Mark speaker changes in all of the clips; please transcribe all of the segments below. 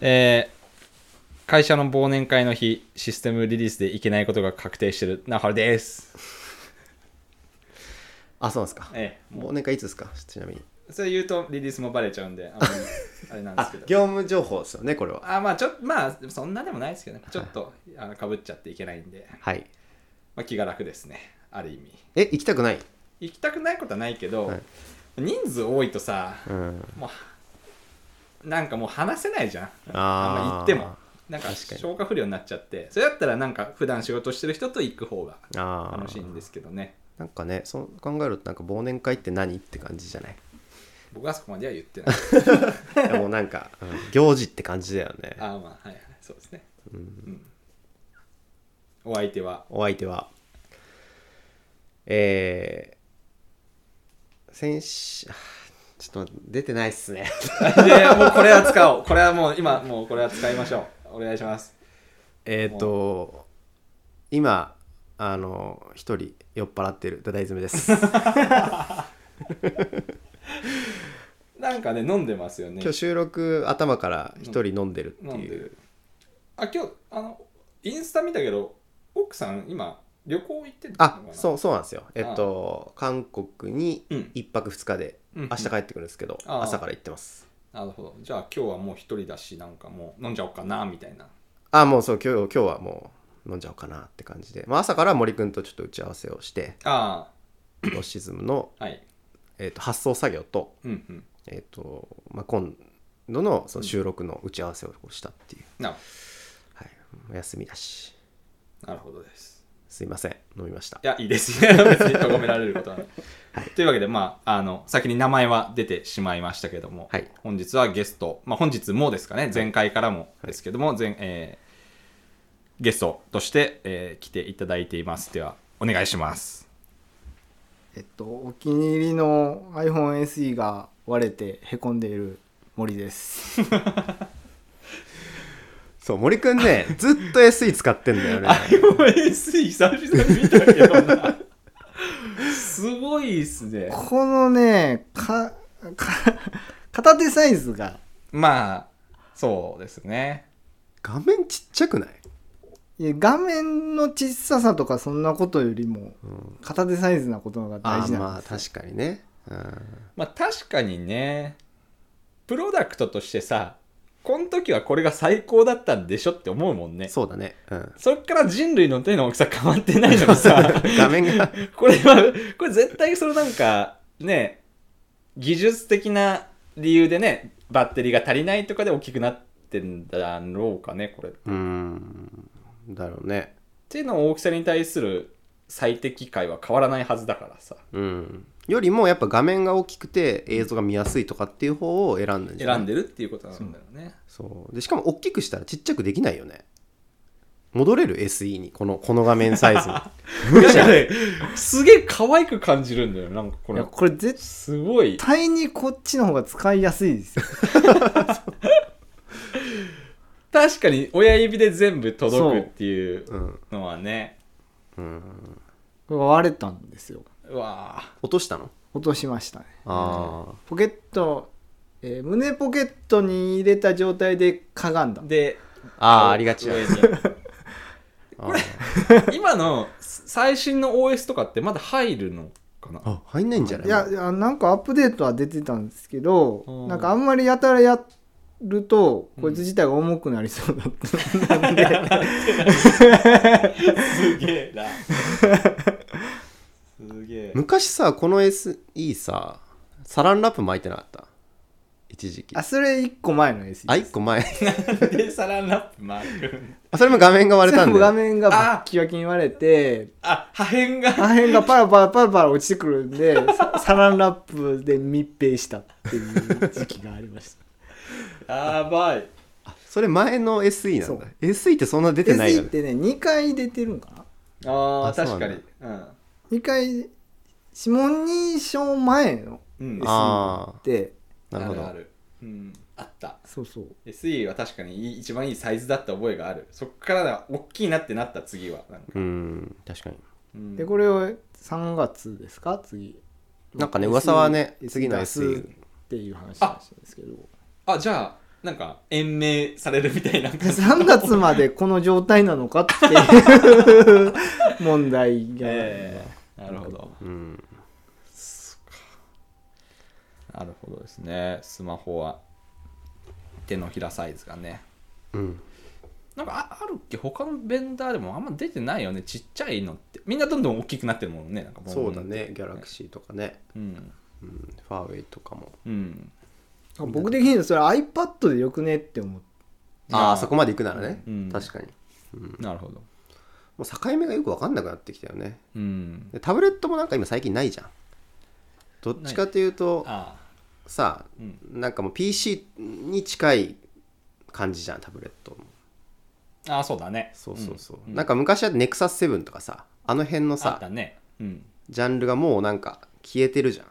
Speaker 1: えー会社の忘年会の日、システムリリースでいけないことが確定してる、なはるです。
Speaker 2: あそうなんですか
Speaker 1: ええ
Speaker 2: 忘年会いつですかちなみに
Speaker 1: それ言うとリリースもバレちゃうんで、あんま りあれなんです
Speaker 2: あ
Speaker 1: けど。
Speaker 2: 業務情報ですよねこれは
Speaker 1: あまあちょまあそんなでもないですけどねちょっとあのかぶっちゃっていけないんで、
Speaker 2: はい
Speaker 1: まあ、気が楽ですねある意味
Speaker 2: え行きたくない
Speaker 1: 行きたくないことはないけど、
Speaker 2: はい
Speaker 1: 人数多いとさ
Speaker 2: うん
Speaker 1: もうなんかもう話せないじゃん
Speaker 2: あ
Speaker 1: ん
Speaker 2: ー
Speaker 1: ま行ってもなんか
Speaker 2: 確かに
Speaker 1: 消化不良になっちゃってそれだったらなんか普段仕事してる人と行く方が
Speaker 2: ああ
Speaker 1: 楽しいんですけどね
Speaker 2: なんかねそう考えるとなんか忘年会って何って感じじゃない
Speaker 1: 僕はそこまでは言って ない
Speaker 2: いやもうなんか、うん行事って感じだよね
Speaker 1: あーまあはいはいそうですね、
Speaker 2: うん
Speaker 1: うんお相手は
Speaker 2: お相手はえー、先週あーちょっと出てないっすね
Speaker 1: いやいやもうこれは使おうこれはもう今もうこれは使いましょうお願いします
Speaker 2: えっと今あの一人酔っ払ってるダダイズムです
Speaker 1: なんかね飲んでますよね
Speaker 2: 今日収録頭から一人飲んでるって
Speaker 1: 飲んで
Speaker 2: いう
Speaker 1: るあ今日あのインスタ見たけど奥さん今旅行行ってんの
Speaker 2: あ
Speaker 1: かな
Speaker 2: そうそうなんですよえっと韓国に
Speaker 1: うん
Speaker 2: 1泊2日で
Speaker 1: うんうん
Speaker 2: 明日帰ってくるんですけど、
Speaker 1: あー
Speaker 2: 朝から行ってます
Speaker 1: なるほどじゃあ今日はもう一人だしなんかもう飲んじゃおうかなみたいな
Speaker 2: あもうそう今日今日はもう飲んじゃおうかなって感じで、まあ、朝から森くんとちょっと打ち合わせをして
Speaker 1: あ
Speaker 2: ロシズムの、
Speaker 1: あはい
Speaker 2: えー、と発送作業と,、
Speaker 1: うんうん
Speaker 2: えーとまあ、今度のその収録の打ち合わせをしたっていう、
Speaker 1: な
Speaker 2: はい、お休みだし
Speaker 1: なるほどです
Speaker 2: すいません飲みました
Speaker 1: いやいいですね別に咎められることはない、というわけでまああの先に名前は出てしまいましたけども、
Speaker 2: はい
Speaker 1: 本日はゲスト、まあ、本日もですかね前回からもですけども、前えーゲストとして、えー来ていただいていますではお願いします
Speaker 3: えっと、お気に入りの iPhone SE が割れてへこんでいる森です。
Speaker 2: そう森くん ねずっと SE 使ってんだよね
Speaker 1: iOS 久々に見たけどなすごいっすね
Speaker 3: このね、か、 か、片手サイズが、
Speaker 1: まあそうですね
Speaker 2: 画面ちっちゃくない、
Speaker 3: いや画面の小ささとかそんなことよりも、
Speaker 2: うん、
Speaker 3: 片手サイズなことの方が
Speaker 2: あ
Speaker 3: 大
Speaker 2: あ
Speaker 3: 事なん
Speaker 2: ま
Speaker 3: で
Speaker 2: あ
Speaker 3: す。
Speaker 2: 確かにね、うん、
Speaker 1: まあ確かにねプロダクトとしてさこの時はこれが最高だったんでしょって思うもんね
Speaker 2: そうだね、うん、
Speaker 1: そっから人類の手の大きさ変わってないのにさ
Speaker 2: 画面が
Speaker 1: これはこれ絶対そのなんかね技術的な理由でねバッテリーが足りないとかで大きくなってんだろうかねこれっ
Speaker 2: うんだろうね
Speaker 1: ていうのを大きさに対する最適解は変わらないはずだからさ
Speaker 2: うん、よりもやっぱ画面が大きくて映像が見やすいとかっていう方を選んだんじゃない
Speaker 1: 選んでるっていうことなんだよね
Speaker 2: そうでしかも大きくしたらちっちゃくできないよね戻れる SE にこのこの画面サイ ズに
Speaker 1: いやいやねすげえ可愛く感じるんだよなんかこ
Speaker 3: い
Speaker 1: れ
Speaker 3: や、これ絶
Speaker 1: すごい
Speaker 3: 対にこっちの方が使いやすいですよ。
Speaker 1: 確かに親指で全部届くっていう
Speaker 2: うん、
Speaker 1: のはね
Speaker 2: うん、
Speaker 3: これが割れたんですよ。
Speaker 1: うわあ
Speaker 2: 落としたの
Speaker 3: 落としましたね。
Speaker 2: ああ、
Speaker 3: ポケット、えー胸ポケットに入れた状態でかがんだ。
Speaker 1: で
Speaker 2: あーありがちだ
Speaker 1: 上に
Speaker 2: あー
Speaker 1: 今の最新の OS とかってまだ入るのかな
Speaker 2: あ入んないんじゃない
Speaker 3: いやいやなんかアップデートは出てたんですけど、
Speaker 1: うん
Speaker 3: なんかあんまりやたらやると
Speaker 1: うん
Speaker 3: こいつ自体が重くなりそうだったんで、
Speaker 1: すげえな すげえ
Speaker 2: 昔さこの SE さサランラップ巻いてなかった一時期
Speaker 3: あそれ1個前の SE
Speaker 2: あ一個前
Speaker 1: でサランラップ巻く
Speaker 2: あそれも画面が割れたん
Speaker 3: 全部
Speaker 2: だ
Speaker 3: 画
Speaker 2: よ
Speaker 3: 面がバッキバキに割れて
Speaker 1: あ破片が
Speaker 3: 破片がパラパラパラパラ落ちてくるんでさサランラップで密閉したっていう時期がありました
Speaker 1: やばい
Speaker 2: それ前の SE な
Speaker 3: そ
Speaker 2: んだ
Speaker 3: う
Speaker 2: SE ってそんな出てないよ
Speaker 3: SE っ
Speaker 2: ね
Speaker 3: てね2回出てるんかな
Speaker 1: あー
Speaker 2: あそう
Speaker 1: 確
Speaker 2: な
Speaker 1: か
Speaker 2: んだ
Speaker 1: にうん
Speaker 3: 2回指紋認証前の
Speaker 1: うん
Speaker 2: ああ
Speaker 3: SE って
Speaker 2: なるほど
Speaker 1: あるある、うん、あった
Speaker 3: そうそう
Speaker 1: SE は確かにいい一番いいサイズだった覚えがあるそっからだ大きいなってなった次はなんか、
Speaker 2: うん確かに
Speaker 1: うん
Speaker 3: でこれを3月ですか次
Speaker 2: なんかね噂はね
Speaker 3: SE
Speaker 2: 次の
Speaker 3: 出す
Speaker 2: SE
Speaker 3: っていう話らしいんですけど
Speaker 1: あじゃあなんか延命されるみたいな
Speaker 3: 3月までこの状態なのかっていう問題が、
Speaker 1: ええなるほど
Speaker 2: うん
Speaker 1: なるほどですねスマホは手のひらサイズがね
Speaker 2: うん
Speaker 1: なんかああるっけ他のベンダーでもあんま出てないよねちっちゃいのってみんなどんどん大きくなってるもんねなんかボン
Speaker 2: そうだねギャラクシーとかね、
Speaker 1: うん
Speaker 2: うん、ファーウェイとかも
Speaker 1: うん
Speaker 3: 僕的にはそれ iPad でよくねって思って
Speaker 1: あー
Speaker 2: ああそこまで行くならね、
Speaker 1: うん
Speaker 2: 確かに、うん、
Speaker 1: なるほど
Speaker 2: もう境目がよく分かんなくなってきたよね
Speaker 1: うん
Speaker 2: でタブレットもなんか今最近ないじゃんどっちかというと
Speaker 1: ああ
Speaker 2: さ
Speaker 1: うん
Speaker 2: なんかもう PC に近い感じじゃんタブレットも
Speaker 1: ああそうだね
Speaker 2: そうそうそう、
Speaker 1: ん
Speaker 2: なんか昔はネクサス7とかさあの辺の
Speaker 1: あっ
Speaker 2: さ
Speaker 1: たねうん
Speaker 2: ジャンルがもうなんか消えてるじゃん、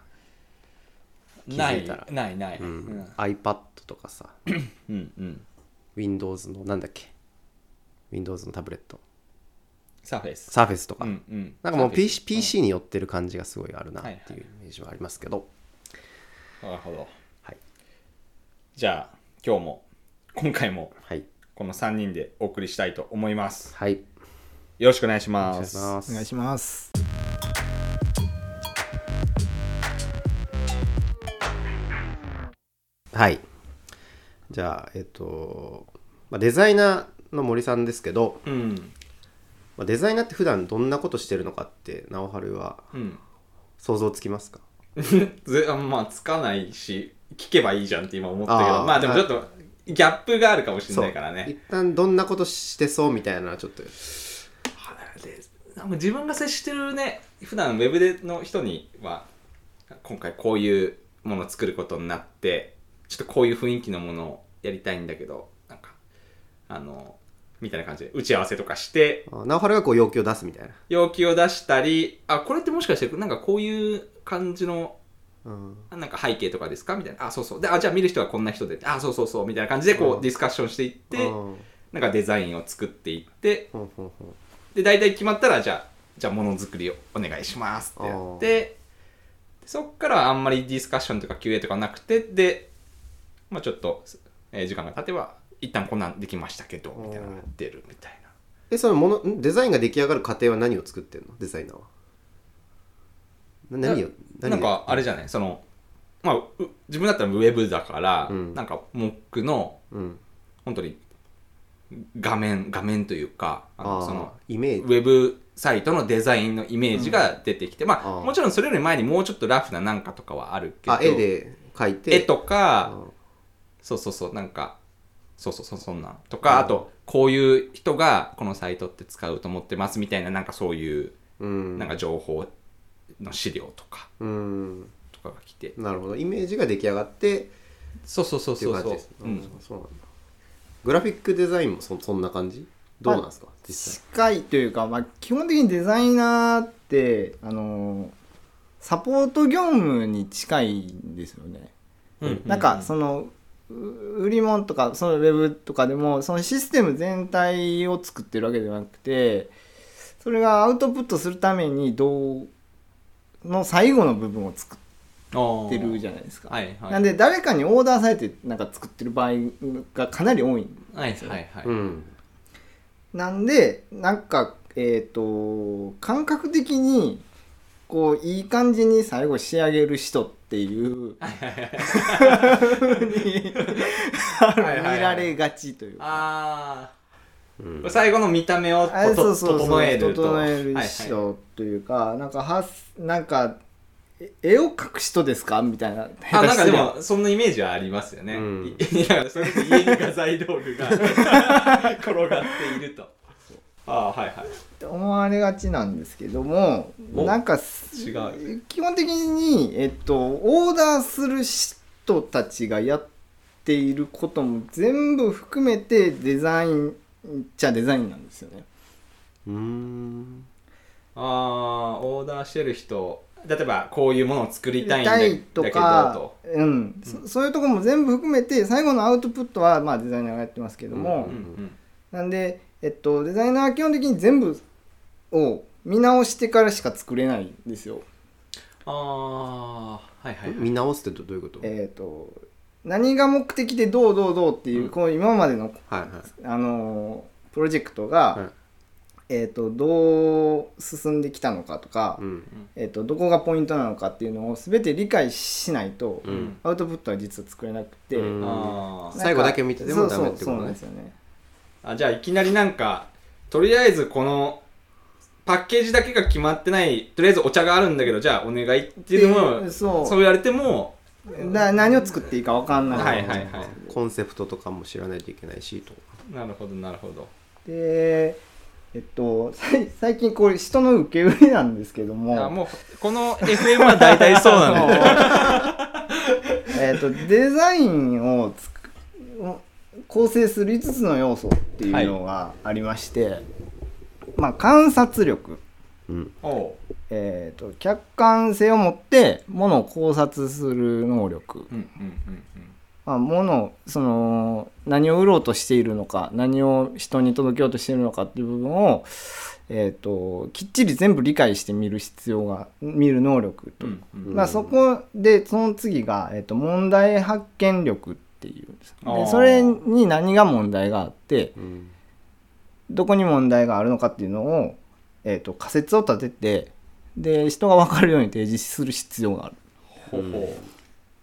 Speaker 2: 気
Speaker 1: な
Speaker 2: づ
Speaker 1: い
Speaker 2: いたら
Speaker 1: ないない、
Speaker 2: うん iPad とかさ
Speaker 1: うんうん、
Speaker 2: Windows のなんだっけ Windows のタブレット
Speaker 1: サーフェイス。
Speaker 2: Surface とか、
Speaker 1: うんうん、
Speaker 2: なんかもう PC,、
Speaker 1: サーフェイス
Speaker 2: PC に寄ってる感じがすごいあるなっていうイメージはありますけど、
Speaker 1: うんなるほど。
Speaker 2: はい
Speaker 1: じゃあ、今日も、今回も、
Speaker 2: はい
Speaker 1: この3人でお送りしたいと思います。
Speaker 2: はい
Speaker 1: よろしくお願いし
Speaker 2: お
Speaker 1: ま
Speaker 2: 願い
Speaker 1: す。
Speaker 2: しま
Speaker 3: お願い
Speaker 2: す
Speaker 3: します
Speaker 2: はいじゃあえっと、まあ、デザイナーの森さんですけど、
Speaker 1: うん。
Speaker 2: まあ、デザイナーって普段どんなことしてるのかって直春は
Speaker 1: うん。
Speaker 2: 想像つきますか
Speaker 1: ずあまあ、つかないし、聞けばいいじゃんって今思ったけ
Speaker 2: あ
Speaker 1: ど、
Speaker 2: ー
Speaker 1: まあでもちょっと、ギャップがあるかもしれないからね。
Speaker 2: 一旦どんなことしてそうみたいなのはちょっと
Speaker 1: でなんか自分が接してるね、普段ウェブでの人には、今回こういうものを作ることになって、ちょっとこういう雰囲気のものをやりたいんだけど、なんか、あの、みたいな感じで打ち合わせとかして、
Speaker 2: あ直春がこう要求を出すみたい
Speaker 1: 要求を出したり、あ、これってもしかして、なんかこういう感じの
Speaker 2: な、うん、
Speaker 1: なんか背景とかですかみたいな。あ、そうそう。で、あ、じゃあ見る人はこんな人で、あ、そうそうそう。みたいな感じで、こ
Speaker 2: うん
Speaker 1: う、ディスカッションしていって
Speaker 2: う、ん
Speaker 1: なんかデザインを作っていって、
Speaker 2: ほんほんほん
Speaker 1: で、大体決まったら、じゃあ、じゃあ、ものづくりをお願いしますってやって、でそっからあんまりディスカッションとか QA とかなくて、で、まあちょっと、えー時間が経てば、一旦こんなんできましたけど、みたいなのが出るみたいな。
Speaker 2: えそのものんデザインが出来上がる過程は何を作ってんのデザイナーはな何を
Speaker 1: な
Speaker 2: 何
Speaker 1: なんかあれじゃないその、まあ、う自分だったらウェブだから、
Speaker 2: うん
Speaker 1: なんかモックの
Speaker 2: うん
Speaker 1: 本当に画面画面というかあの
Speaker 2: あ
Speaker 1: その
Speaker 2: あイメ
Speaker 1: ウ
Speaker 2: ージ
Speaker 1: ェブサイトのデザインのイメージが出てきて、まあ
Speaker 2: あー
Speaker 1: もちろんそれより前にもうちょっとラフななんかとかはあるけど
Speaker 2: あ絵で描いて
Speaker 1: 絵とか、
Speaker 2: うん
Speaker 1: そうそうそうなんかそうそうそうそんなんとか、あとこういう人がこのサイトって使うと思ってますみたいななんかそういう
Speaker 2: うん
Speaker 1: なんか情報の資料とか
Speaker 2: うん
Speaker 1: とかが来て、
Speaker 2: なるほどイメージが出来上がってっ
Speaker 1: そうそうそう
Speaker 2: てい
Speaker 1: そうう
Speaker 2: 感
Speaker 1: そ
Speaker 2: じ
Speaker 1: う
Speaker 2: です
Speaker 1: うん
Speaker 2: あそうなんだグラフィックデザインもそそんな感じどうなんですか実際
Speaker 3: 近いというか、まあ、基本的にデザイナーってあのサポート業務に近いんですよね、なんかそのう売り物とかそのウェブとかでもそのシステム全体を作ってるわけではなくてそれがアウトプットするためにどうの最後の部分を作
Speaker 1: の
Speaker 3: ってるじ
Speaker 1: ゃ
Speaker 3: ゃないですか、
Speaker 1: はいはい
Speaker 3: なんで誰かにオーダーされてなんか作ってる場合がかなり多い
Speaker 1: はいはいはい、
Speaker 2: うん
Speaker 3: なんでなんかえっ、と感覚的にこういい感じに最後仕上げる人っていうふうにあの
Speaker 1: はいはいはい
Speaker 3: 見られがちというか。
Speaker 1: あ
Speaker 2: うん
Speaker 1: あ最後の見た目を
Speaker 3: あれ
Speaker 1: と
Speaker 3: そ
Speaker 1: と
Speaker 3: うそうそう
Speaker 1: 整えると
Speaker 3: 整える
Speaker 1: はい
Speaker 3: 人というか、なんかはすなんかえ絵を描く人ですかみたいな
Speaker 1: はい、あなんかで
Speaker 3: 下
Speaker 1: もそんなイメージはありますよね、
Speaker 2: う
Speaker 1: うんん、い やそれこそ家に画材道具が 転がっているとああーはいはい
Speaker 3: 手が思われがちなんですけども
Speaker 1: お
Speaker 3: なんか
Speaker 1: 違う
Speaker 3: 基本的に、えっと、オーダーする人たちがやっていることも全部含めてデザインっちゃデザインなんですよね。
Speaker 2: うーん
Speaker 1: ああオーダーしてる人例えばこういうものを作りたいんだ
Speaker 3: と
Speaker 1: だけ
Speaker 3: か
Speaker 1: ど
Speaker 3: うんそそういうとこも全部含めて最後のアウトプットは、まあ、デザイナーがやってますけども、
Speaker 1: と、うんうん、
Speaker 3: なんで、えっと、デザイナーは基本的に全部を見直してからしか作れないんですよ。
Speaker 1: ああはいはいはい
Speaker 2: 見直すってどどういうこと
Speaker 3: えっと何が目的でどうどうどうっていう、
Speaker 2: うん
Speaker 3: この今までの、
Speaker 2: はいはい
Speaker 3: あのープロジェクトが、
Speaker 2: はい
Speaker 3: えー、とどう進んできたのかとか、
Speaker 2: うん
Speaker 3: えー、とどこがポイントなのかっていうのを全て理解しないと、
Speaker 2: うん
Speaker 3: アウトプットは実は作れなくて、
Speaker 2: うん
Speaker 1: あ
Speaker 3: なん
Speaker 1: ー
Speaker 3: か
Speaker 2: 最後だけ見ててもダメってことね
Speaker 3: そうそうそうなんですよね
Speaker 1: あじゃあいきなりなんかとりあえずこのパッケージだけが決まってないとりあえずお茶があるんだけどじゃあお願いっていうの
Speaker 3: で
Speaker 1: も
Speaker 3: そう
Speaker 1: そう言われても
Speaker 3: だ何を作っていいか分かんない、
Speaker 1: はいはいはい
Speaker 2: コンセプトとかも知らないといけないしと
Speaker 1: なるほどなるほど
Speaker 3: でえっとさい最近これ人の受け売りなんですけども
Speaker 1: あもうこの FM は大体そうなんだ
Speaker 3: えっとデザインをつくを構成する5つの要素っていうのがありまして、まあ観察力、
Speaker 2: うん
Speaker 1: おう
Speaker 3: えっと客観性を持ってものを考察する能力、
Speaker 1: うんうんうんうん
Speaker 3: まあ、ものその何を売ろうとしているのか何を人に届けようとしているのかっていう部分を、えー、ときっちり全部理解して見る必要が見る能力と、
Speaker 1: うんうん
Speaker 3: まあ、そこでその次が、えー、と問題発見力っていうんです
Speaker 1: あー
Speaker 3: でそれに何が問題があって
Speaker 2: うん
Speaker 3: どこに問題があるのかっていうのを、えー、と仮説を立ててで人が分かるように提示する必要がある。
Speaker 1: ほうほ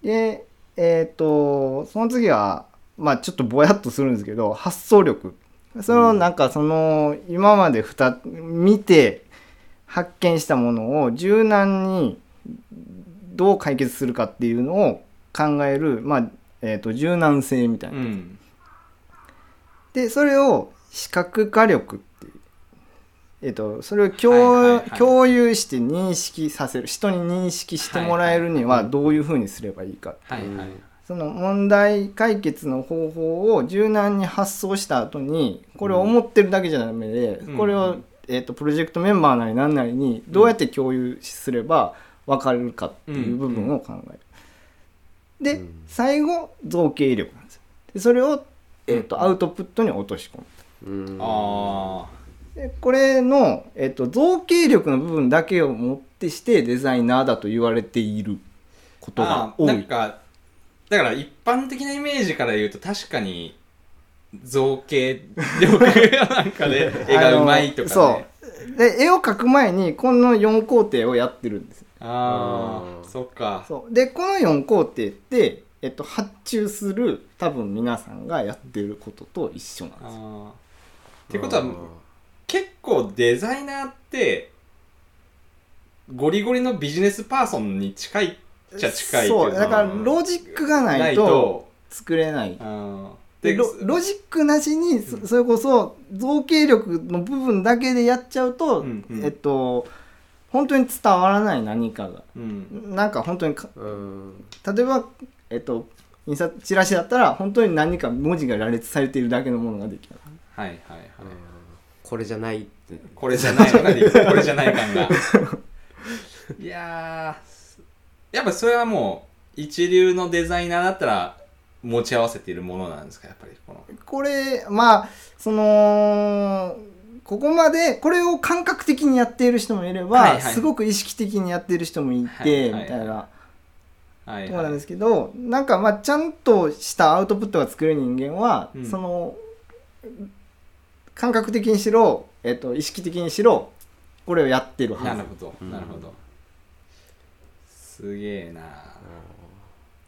Speaker 3: でえっ、とその次はまあちょっとぼやっとするんですけど発想力そのなんかその今までふた見て発見したものを柔軟にどう解決するかっていうのを考える、まあえー、と柔軟性みたいうな、
Speaker 1: うん
Speaker 3: でそれを視覚化力っていう、えー、とそれを共,、
Speaker 1: はいはいはい
Speaker 3: 共有して認識させる人に認識してもらえるにはどういうふうにすればいいか
Speaker 1: はいはい
Speaker 3: その問題解決の方法を柔軟に発想した後にこれを思ってるだけじゃダメで、
Speaker 1: うん
Speaker 3: これ
Speaker 1: う
Speaker 3: を
Speaker 1: ん、
Speaker 3: えー、とプロジェクトメンバーなり何なりにどうやって共有すれば分かるかっていう部分を考える。で、
Speaker 2: うん
Speaker 3: 最後造形力なんですよ。でそれを、えー、とアウトプットに落とし込む。
Speaker 2: うん
Speaker 1: あ
Speaker 3: でこれの、えー、と造形力の部分だけをもってしてデザイナーだと言われていることが
Speaker 1: ああ
Speaker 3: 多
Speaker 1: なん
Speaker 3: い。
Speaker 1: かだから一般的なイメージから言うと確かに造形力がなんか で絵がうまいとかね
Speaker 3: そうで絵を描く前にこの4工程をやってるんですよ
Speaker 1: あ
Speaker 2: う
Speaker 1: あ
Speaker 2: ん
Speaker 1: そっか
Speaker 3: そうでこの4工程って、えっと、発注する多分皆さんがやってることと一緒なん
Speaker 1: あ
Speaker 3: ですよ
Speaker 1: ーってことは結構デザイナーってゴリゴリのビジネスパーソンに近いっちゃ近いけど
Speaker 3: そうだからロジックがないと作れない
Speaker 1: あー
Speaker 3: でロロジックなしにそそれこそ造形力の部分だけでやっちゃうと、
Speaker 1: うんうん
Speaker 3: えっと本当に伝わらない何かが
Speaker 1: うん
Speaker 3: なんか本当にか
Speaker 2: うん
Speaker 3: 例えば、えっと、印刷チラシだったら本当に何か文字が羅列されているだけのものができる
Speaker 1: はいはいはい、
Speaker 2: これじゃないって
Speaker 1: これじゃないのができ るこれじゃない感がいやーやっぱそれはもう一流のデザイナーだったら持ち合わせているものなんですかやっぱりこの
Speaker 3: これまあそのここまでこれを感覚的にやっている人もいれば、
Speaker 1: はいはい
Speaker 3: すごく意識的にやっている人もいて、
Speaker 1: はいはい
Speaker 3: みたいな
Speaker 1: はい
Speaker 3: ところ
Speaker 1: は
Speaker 3: ないんですけどなんかまあちゃんとしたアウトプットが作れる人間は、
Speaker 1: うん
Speaker 3: その感覚的にしろ、えっと意識的にしろこれをやってるはず
Speaker 1: なるほど、
Speaker 2: うん
Speaker 1: なるほどすげえな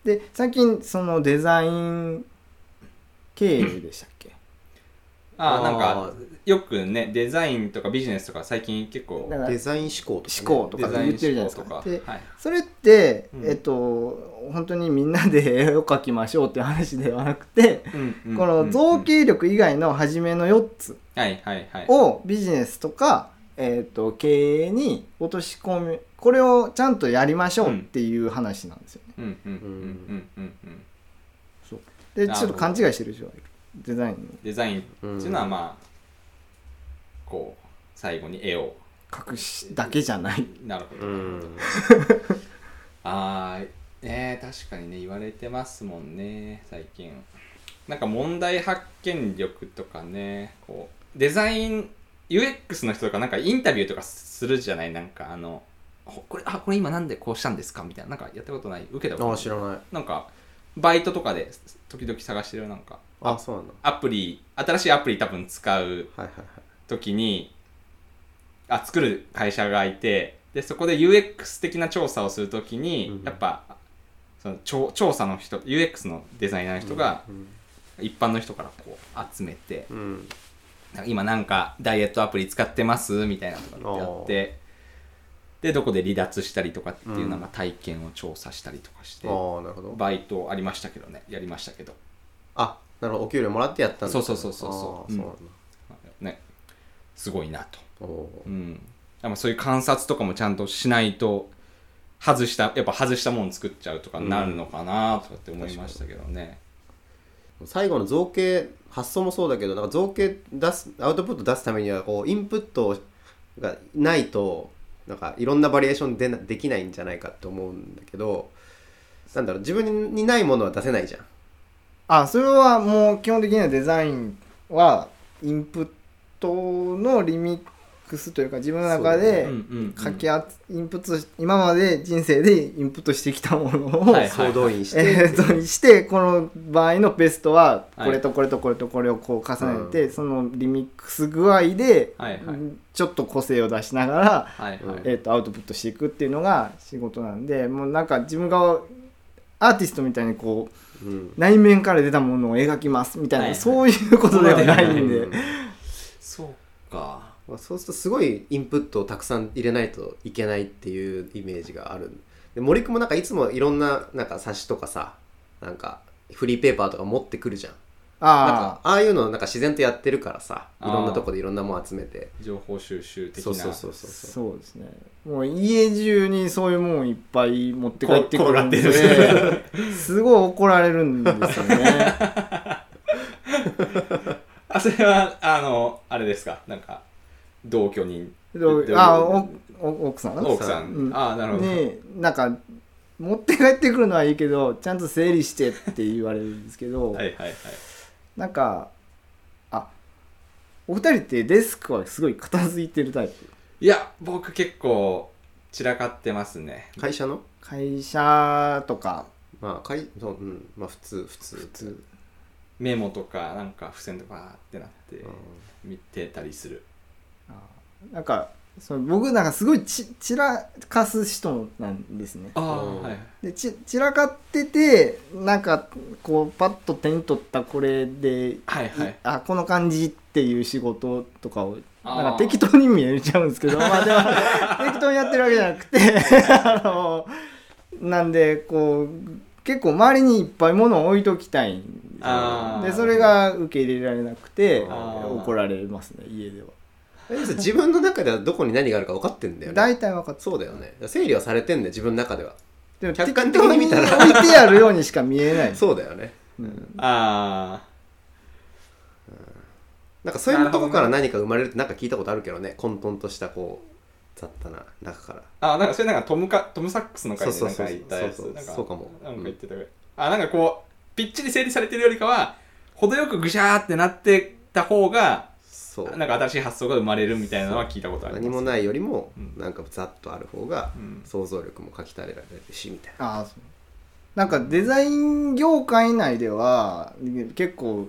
Speaker 3: で最近そのデザイン経営でしたっけ
Speaker 1: ああなん
Speaker 2: あ
Speaker 1: かよくねデザインとかビジネスとか最近結構
Speaker 3: だから
Speaker 2: デザイン思考とかね
Speaker 3: 思考と
Speaker 1: デ
Speaker 3: かっ
Speaker 1: ザ
Speaker 3: て
Speaker 1: イ
Speaker 3: 言
Speaker 1: ン
Speaker 3: ってるじゃな
Speaker 1: 思
Speaker 3: いです
Speaker 1: 考と
Speaker 3: か
Speaker 1: か
Speaker 3: で
Speaker 1: はい、
Speaker 3: それって、
Speaker 1: うん
Speaker 3: えっと本当にみんなで絵を描きましょうっていう話ではなくて、
Speaker 1: うんうん
Speaker 3: この造形力以外の初めの4つ
Speaker 1: うんはいはいはい
Speaker 3: をビジネスとか、えっと経営に落とし込みこれをちゃんとやりましょうっていう話なんですよね。
Speaker 1: うんうんうんうんうんうん
Speaker 3: で
Speaker 1: なる
Speaker 3: ち
Speaker 1: ほ
Speaker 3: ょっ
Speaker 1: ど
Speaker 3: と勘違いしてるでしょデザイン
Speaker 1: デザインっていうのはまあこう最後に絵を
Speaker 3: を隠しだけじゃない。
Speaker 1: なるほど、
Speaker 2: うん
Speaker 1: あーえー、確かにね言われてますもんね最近なんか問題発見力とかねこうデザイン UX の人とかなんかインタビューとかするじゃないなんかあのほこれあこれ今なんでこうしたんですかみたいななんかやったことない受けたこと
Speaker 2: あ
Speaker 1: な
Speaker 2: あ
Speaker 1: い
Speaker 2: 知らない
Speaker 1: なんかバイトとかで時々探してるなんか
Speaker 2: あそうなんだ
Speaker 1: アプリ新しいアプリ多分使う
Speaker 2: はいはいはい
Speaker 1: 時にあ作る会社がいてでそこで UX 的な調査をする時に、
Speaker 2: うん
Speaker 1: やっぱその調調査の人 UX のデザイナーの人が
Speaker 2: うん
Speaker 1: 一般の人からこう集めて、
Speaker 2: うん
Speaker 1: なんか今なんかダイエットアプリ使ってますみたいなとかってやってでどこで離脱したりとかっていううんなんか体験を調査したりとかして、
Speaker 2: ああなるほど
Speaker 1: バイトありましたけどねやりましたけど、
Speaker 2: あなるほどお給料もらってやったんだ
Speaker 1: そうそうそうそうそう
Speaker 2: あーそうなんだ、
Speaker 1: ね、すごいなと、
Speaker 2: おお
Speaker 1: う
Speaker 2: ー
Speaker 1: ん、やっぱそういう観察とかもちゃんとしないと外したやっぱ外したもの作っちゃうとかなるのかなとかって思いましたけどね、
Speaker 2: 最後の造形発想もそうだけどなんか造形出すアウトプット出すためにはこうインプットがないとなんかいろんなバリエーションでなできないんじゃないかと思うんだけどなんだろう自分にないものは出せないじゃん
Speaker 3: あそれはもう基本的にはデザインはインプットのリミックスというか自分の中
Speaker 2: そうだ
Speaker 3: で
Speaker 2: ね
Speaker 1: うんうんうん
Speaker 3: 書きあインプットし今まで人生でインプットしてきたものを、
Speaker 1: はい
Speaker 2: 総動員して、
Speaker 3: えー、としてこの場合のベストは
Speaker 1: はい
Speaker 3: これとこれとこれとこれをこう重ねて、
Speaker 2: うん
Speaker 3: そのリミックス具合で、
Speaker 1: はいはい
Speaker 3: ちょっと個性を出しながら、
Speaker 1: はいはい、
Speaker 3: えー、とアウトプットしていくっていうのが仕事なんでもうなんか自分がアーティストみたいにこう
Speaker 2: うん
Speaker 3: 内面から出たものを描きますみたいな、
Speaker 1: はいはい
Speaker 3: そういうことではないんで、
Speaker 2: うん
Speaker 1: そうか
Speaker 2: まあ、そうするとすごいインプットをたくさん入れないといけないっていうイメージがあるで森くんもなんかいつもいろんななんか冊子とかさなんかフリーペーパーとか持ってくるじゃんなん
Speaker 3: あ
Speaker 2: かああいうのなんか自然とやってるからさいろんなとこでいろんなもん集めて
Speaker 1: 情報収集的
Speaker 2: そ
Speaker 1: な
Speaker 2: うそうそう
Speaker 3: あ
Speaker 2: そうそう
Speaker 3: そうですねもう家中にそういうもんいっぱい持って帰ってくるんで
Speaker 1: こ転がっ
Speaker 3: すごい怒られるんです よね。
Speaker 1: あそれはあのあれですかなんか同居人
Speaker 3: ど
Speaker 1: 同
Speaker 3: う
Speaker 1: 居人
Speaker 3: あおお奥さん
Speaker 1: 奥さん、
Speaker 3: うん
Speaker 1: ああなるほど、
Speaker 3: になんか持って帰ってくるのはいいけどちゃんと整理してって言われるんですけど、
Speaker 1: はいはいはい
Speaker 3: なんかあお二人ってデスクはすごい片付いてるタイプ
Speaker 1: いや僕結構散らかってますね
Speaker 2: 会社の
Speaker 3: 会社とか
Speaker 2: まあ会そう、うん、まあ普通普通普通、
Speaker 1: メモとかなんか付箋とかってなって
Speaker 2: うん
Speaker 1: 見てたりする、
Speaker 3: なんかその僕なんかすごいち散らかす人なんですね
Speaker 1: あ
Speaker 2: うん
Speaker 1: はい
Speaker 3: でち散らかっててなんかこうパッと手に取ったこれで
Speaker 1: はいはい
Speaker 3: あこの感じっていう仕事とかを
Speaker 1: あー
Speaker 3: なんか適当に見えちゃうんです けどまあでも適当にやってるわけじゃなくて あのなんでこう結構周りにいっぱい物を置いときたいんですよ
Speaker 1: あー
Speaker 3: でそれが受け入れられなくて
Speaker 2: あ
Speaker 1: ー
Speaker 3: 怒られますね家では
Speaker 2: えそう自分の中ではどこに何があるか分かってんだよね
Speaker 3: 大体分かって
Speaker 2: そうだよねだから整理はされてんだよ自分の中では
Speaker 3: でも
Speaker 2: 客観的に見たら
Speaker 3: 適当に置いてあるようにしか見えない
Speaker 2: そうだよね
Speaker 3: うん
Speaker 1: あ
Speaker 2: なんかそういうとこから何か生まれるってなんか聞いたことあるけどね混沌としたこう雑多な中から
Speaker 1: ーあなんかそれなんかトムかトムサックスの回で
Speaker 2: そう
Speaker 1: な
Speaker 2: そ
Speaker 1: ん
Speaker 2: うそう
Speaker 1: か言ったやつ
Speaker 2: そうそう
Speaker 1: なん
Speaker 2: そうかも
Speaker 1: なんか言ってたぐらいあなんかこうぴっちり整理されてるよりかは程よくぐしゃーってなってた方が
Speaker 2: そう
Speaker 1: なんか新しい発想が生まれるみたいなのは聞いたことあります
Speaker 2: 何もないよりも
Speaker 1: うん
Speaker 2: なんかざっとある方が
Speaker 1: うん
Speaker 2: 想像力もかきたれられるしみたい な
Speaker 3: ああそうなんかデザイン業界内では結構